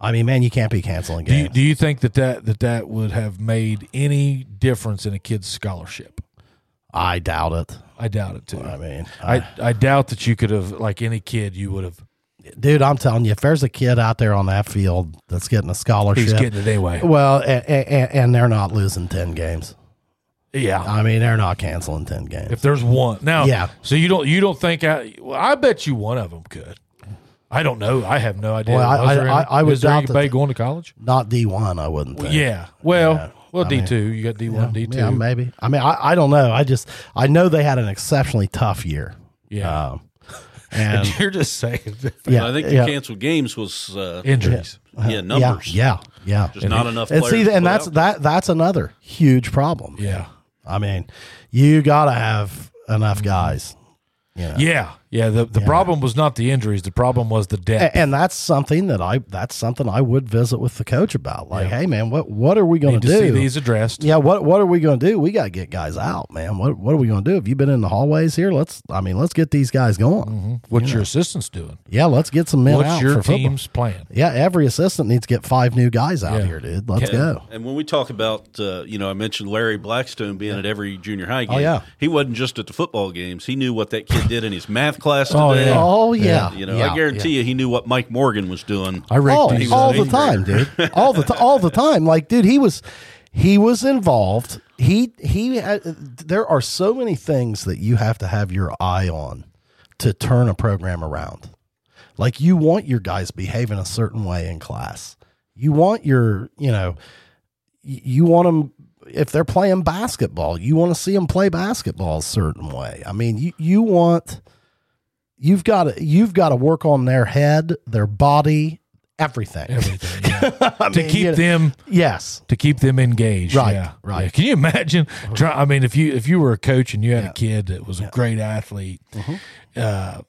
S1: I mean, man, you can't be canceling
S2: Do you,
S1: games.
S2: do you think that, that that that would have made any difference in a kid's scholarship?
S1: I doubt it.
S2: I doubt it too.
S1: I mean, I,
S2: I, I doubt that you could have like any kid you would have
S1: dude, I'm telling you, if there's a kid out there on that field that's getting a scholarship,
S2: He's getting it anyway.
S1: well, and, and, and they're not losing ten games.
S2: Yeah.
S1: I mean, they're not canceling ten games.
S2: Uh, If there's one now,
S1: Yeah.
S2: So you don't you don't think I? Well, I bet you one of them could. I don't know. I have no idea.
S1: Well, I-
S2: Was
S1: I-
S2: there any-
S1: I- I would
S2: is there
S1: doubt that
S2: anybody
S1: the-
S2: going to college?
S1: not D one, I wouldn't think.
S2: Yeah. Well, well,
S1: I
S2: D
S1: mean-
S2: two. You got D one, D two.
S1: Yeah, maybe. I mean, I, I don't know. I just I know they had an exceptionally tough year.
S2: Yeah.
S1: Um, and
S2: You're just saying that.
S1: yeah,
S3: I think
S1: yeah,
S3: the canceled games was uh,
S2: injuries.
S3: yeah numbers.
S1: Yeah, yeah, yeah.
S3: Just not enough
S1: And
S3: players
S1: see,
S3: to
S1: and
S3: play
S1: that's
S3: out.
S1: that that's another huge problem.
S2: Yeah.
S1: I mean, you gotta have enough
S2: Mm-hmm.
S1: guys.
S2: Yeah, yeah. The the problem was not the injuries. The problem was the
S1: A-
S2: depth.
S1: And that's something that I that's something I would visit with the coach about. Like, hey man, what what are we going
S2: Need to see
S1: do?
S2: these addressed.
S1: yeah, what what are we going to do? We got to get guys out, man. What what are we going to do? Have you been in the hallways here? Let's I mean, let's get these guys going.
S2: What's your assistant's doing?
S1: Yeah, let's get some men
S2: What's
S1: out
S2: your
S1: for football.
S2: team's plan?
S1: Yeah, every assistant needs to get five new guys out
S2: Yeah.
S1: here, dude. Let's
S3: And,
S1: go.
S3: and when we talk about, uh, you know, I mentioned Larry Blackstone being at every junior high game.
S1: Oh, yeah.
S3: He wasn't just at the football games. He knew what that kid did in his math class today.
S2: Oh, yeah.
S1: Oh yeah,
S3: You know,
S1: yeah,
S3: I guarantee you he knew what Mike Morgan was doing.
S2: I raked
S1: Oh,
S2: these.
S1: all
S3: an
S1: the
S3: eighth
S1: time, dude. All the t- all the time. Like, dude, he was he was involved. He he had, there are so many things that you have to have your eye on to turn a program around. Like you want your guys behaving a certain way in class. You want your, you know, y- you want them if they're playing basketball, you want to see them play basketball a certain way. I mean, you you want you've got to you've got to work on their head, their body, everything.
S2: everything, yeah.
S1: I
S2: to
S1: mean,
S2: keep
S1: you know-
S2: them
S1: Yes.
S2: to keep them engaged.
S1: Right,
S2: yeah.
S1: right.
S2: Yeah. Can you imagine? Try, I mean, if you if you were a coach and you had a kid that was a great athlete,
S1: Mm-hmm.
S2: uh,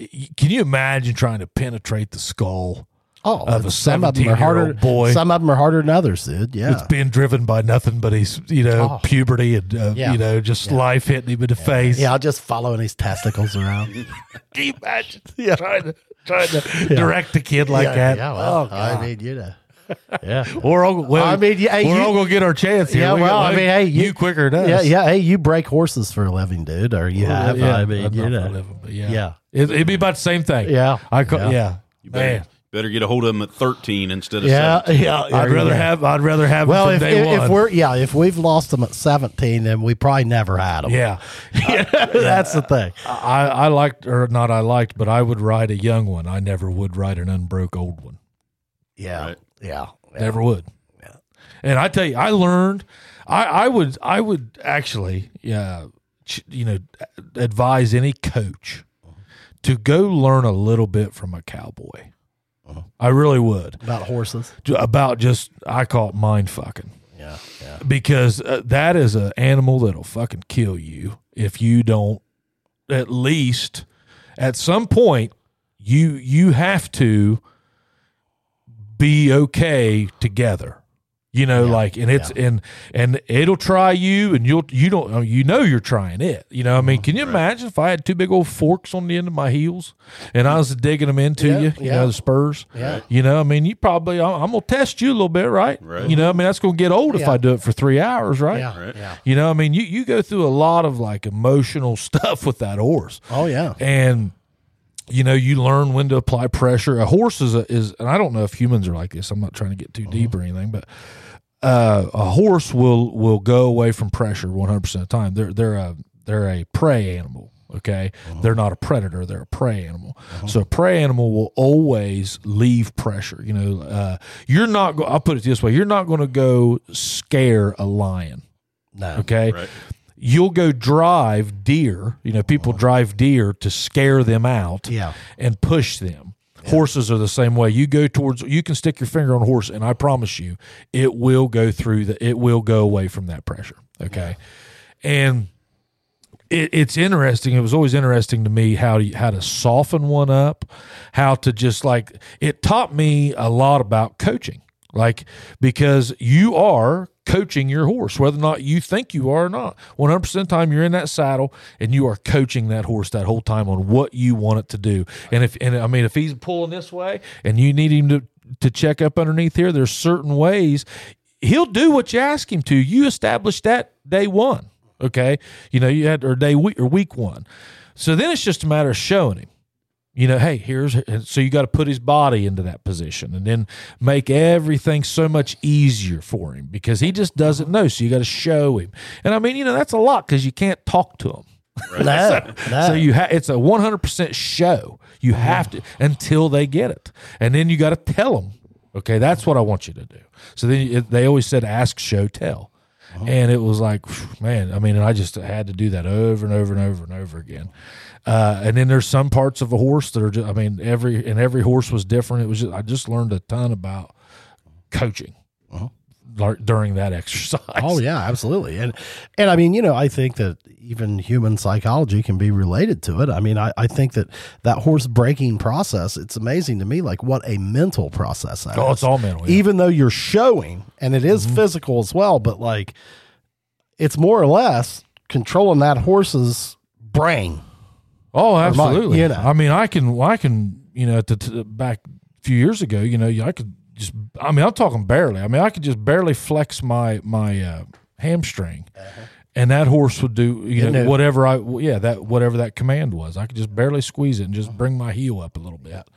S2: y- can you imagine trying to penetrate the skull?
S1: Oh,
S2: Of a
S1: some of them are
S2: 17-year-old
S1: harder.
S2: Uh, boy.
S1: Some of them are harder than others, dude. Yeah.
S2: It's being driven by nothing but his, you know,
S1: Oh.
S2: puberty and uh,
S1: Yeah.
S2: you know, just life hitting him in the face.
S1: yeah, I'll just following his testicles around.
S2: Can you imagine? Trying to trying to direct the kid like
S1: yeah,
S2: that.
S1: Yeah, well,
S2: oh God.
S1: I mean, you know. Yeah.
S2: we're all well,
S1: I mean, yeah, hey,
S2: we're
S1: you-
S2: all gonna get our chance here.
S1: Yeah,
S2: We
S1: well,
S2: got-
S1: I mean, hey,
S2: you,
S1: you-
S2: quicker than us.
S1: Yeah, yeah. Hey, you break horses for a living, dude, or you
S2: Yeah,
S1: have. I mean,
S2: I'd
S1: you
S2: not
S1: know.
S2: for a living, but yeah,
S1: Yeah.
S2: it, it'd be about the same thing.
S1: Yeah.
S2: I call, yeah,
S1: Yeah.
S3: You better,
S2: man.
S3: better get a hold of him at 13 instead of
S1: Yeah,
S3: 17.
S1: yeah.
S2: I'd
S1: yeah.
S2: rather have I'd rather have
S1: Well,
S2: him
S1: if,
S2: from day
S1: if, if
S2: one.
S1: we're yeah, if we've lost them at seventeen, then we probably never had them.
S2: yeah,
S1: that's the thing.
S2: I I liked or not I liked, but I would ride a young one. I never would ride an unbroke old one.
S1: Yeah,
S3: Right.
S1: yeah, yeah.
S2: Never would. And I tell you, I learned. I, I would I would actually yeah ch- you know advise any coach to go learn a little bit from a cowboy. I really would
S1: about horses.
S2: Ju- about just I call it mind fucking
S1: Yeah, yeah,
S2: because uh, that is an animal that'll fucking kill you if you don't at least at some point you you have to be okay together you know like and it's and and it'll try you and you'll you don't I mean, you know you're trying it you know i
S1: Mm-hmm.
S2: mean can you imagine if i had two big old forks on the end of my heels and i was digging them into
S1: Yeah,
S2: you you
S1: yeah.
S2: know the spurs
S1: Yeah.
S2: you know i mean you probably i'm, I'm gonna test you a little bit right
S3: Right.
S2: you know i mean that's gonna get old if
S1: Yeah.
S2: i do it for three hours right
S1: yeah,
S3: Right.
S1: yeah.
S2: you know, I mean, you, you go through a lot of like emotional stuff with that horse,
S1: Oh yeah,
S2: and you know, you learn when to apply pressure. A horse is a, is, and I don't know if humans are like this. I'm not trying to get too deep or anything, but uh, a horse will will go away from pressure 100 percent of the time. They're they're a they're a prey animal. Okay, they're not a predator; they're a prey animal. So a prey animal will always leave pressure. You know, uh, you're not. Go- I'll put it this way: you're not going to go scare a lion.
S1: no,
S2: Okay.
S3: Right.
S2: You'll go drive deer. You know, people drive deer to scare them out
S1: Yeah.
S2: and push them. Horses are the same way. You go towards you can stick your finger on a horse and I promise you it will go through the it will go away from that pressure. Okay. And it, it's interesting. It was always interesting to me how to, how to soften one up, how to just like it taught me a lot about coaching. Like because you are coaching your horse, whether or not you think you are or not. One hundred percent of the time you're in that saddle and you are coaching that horse that whole time on what you want it to do. And if and I mean if he's pulling this way and you need him to to check up underneath here, there's certain ways he'll do what you ask him to. You establish that day one. Okay. You know, you had or day week or week one. So then it's just a matter of showing him. You know, hey, here's and so you got to put his body into that position and then make everything so much easier for him because he just doesn't know. So you got to show him. And I mean, you know, that's a lot because you can't talk to him.
S1: no, no.
S2: So you ha- it's a 100% show. You have to until they get it. And then you got to tell them, okay, that's what I want you to do. So then it, they always said ask, show, tell. And it was like, phew, man, I mean, and I just had to do that over and over and over and over again. Uh, and then there's some parts of a horse that are just, I mean, every, and every horse was different. It was just, I just learned a ton about coaching lar- during that exercise.
S1: Oh yeah, absolutely. And and I mean, you know, I think that y- even human psychology can be related to it. I mean, I, I think that that horse breaking process, it's amazing to me, like what a mental process that
S2: Oh,
S1: is.
S2: it's all mental, yeah.
S1: Even though you're showing, and it is physical as well, but like it's more or less controlling that horse's brain.
S2: Oh, absolutely.
S1: you know.
S2: I mean, I can, I can, you know, at the t- back a few years ago, you know, I could just, I mean, I'm talking barely. I mean, I could just barely flex my my uh, hamstring, and that horse would do, you know,
S1: Uh-huh. knew.
S2: whatever I, yeah, that whatever that command was. I could just barely squeeze it and
S1: Uh-huh.
S2: just bring my heel up a little bit,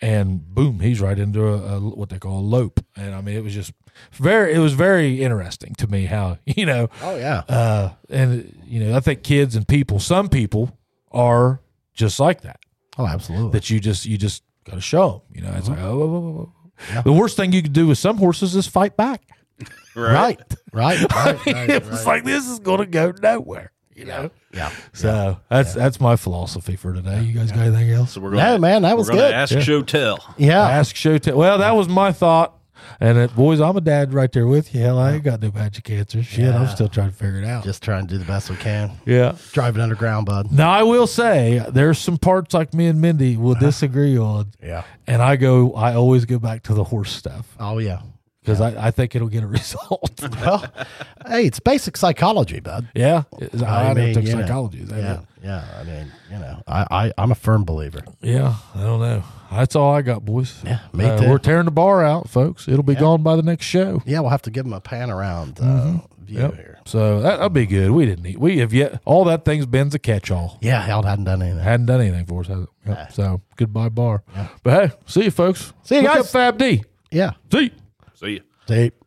S2: and boom, he's right into a, a what they call a lope. And I mean, it was just very, it was very interesting to me how you know,
S1: Oh, yeah.
S2: uh, and you know, I think kids and people, some people are just like that.
S1: Oh, absolutely.
S2: That you just you just gotta show them. You know, it's like oh, whoa, whoa, whoa, whoa. the worst thing you can do with some horses is fight back.
S1: Right. Right. Right. right,
S2: it's
S1: right.
S2: like this is gonna go nowhere. You know.
S1: Yeah.
S2: So that's that's my philosophy for today. You guys got anything else?
S3: So we're
S1: No, man, that
S3: we're
S1: was
S3: gonna
S1: good.
S3: Ask show tell.
S1: Yeah.
S2: Ask show tell. Well, that was my thought. And it, boys, I'm a dad right there with you. Hell, I ain't got no magic answer. Shit, I'm still trying to figure it out.
S1: Just trying to do the best we can.
S2: yeah.
S1: Driving underground, bud.
S2: Now I will say there's some parts like me and Mindy will disagree on.
S1: Yeah.
S2: And I go I always go back to the horse stuff
S1: Oh, yeah.
S2: because I, I think it'll get a result.
S1: Well, hey, it's basic psychology, bud.
S2: yeah. I,
S1: mean,
S2: don't think
S1: you know.
S2: psychology is that
S1: Yeah,
S2: it?
S1: yeah. I mean, you know, I, I I'm a firm believer.
S2: Yeah, I don't know. That's all I got, boys.
S1: Yeah, me
S2: Uh,
S1: too.
S2: We're tearing the bar out, folks. It'll be gone by the next show.
S1: Yeah, we'll have to give him a pan around uh, view here.
S2: So that, that'll be good. We didn't need we have yet all that thing's been's a catch all.
S1: Yeah, Held hadn't done anything.
S2: Hadn't done anything for us, has it? Yep. So goodbye bar. But hey, see you folks.
S1: See you
S2: Look
S1: guys.
S2: up Fab D.
S1: Yeah,
S2: See you.
S3: See ya.
S1: deep.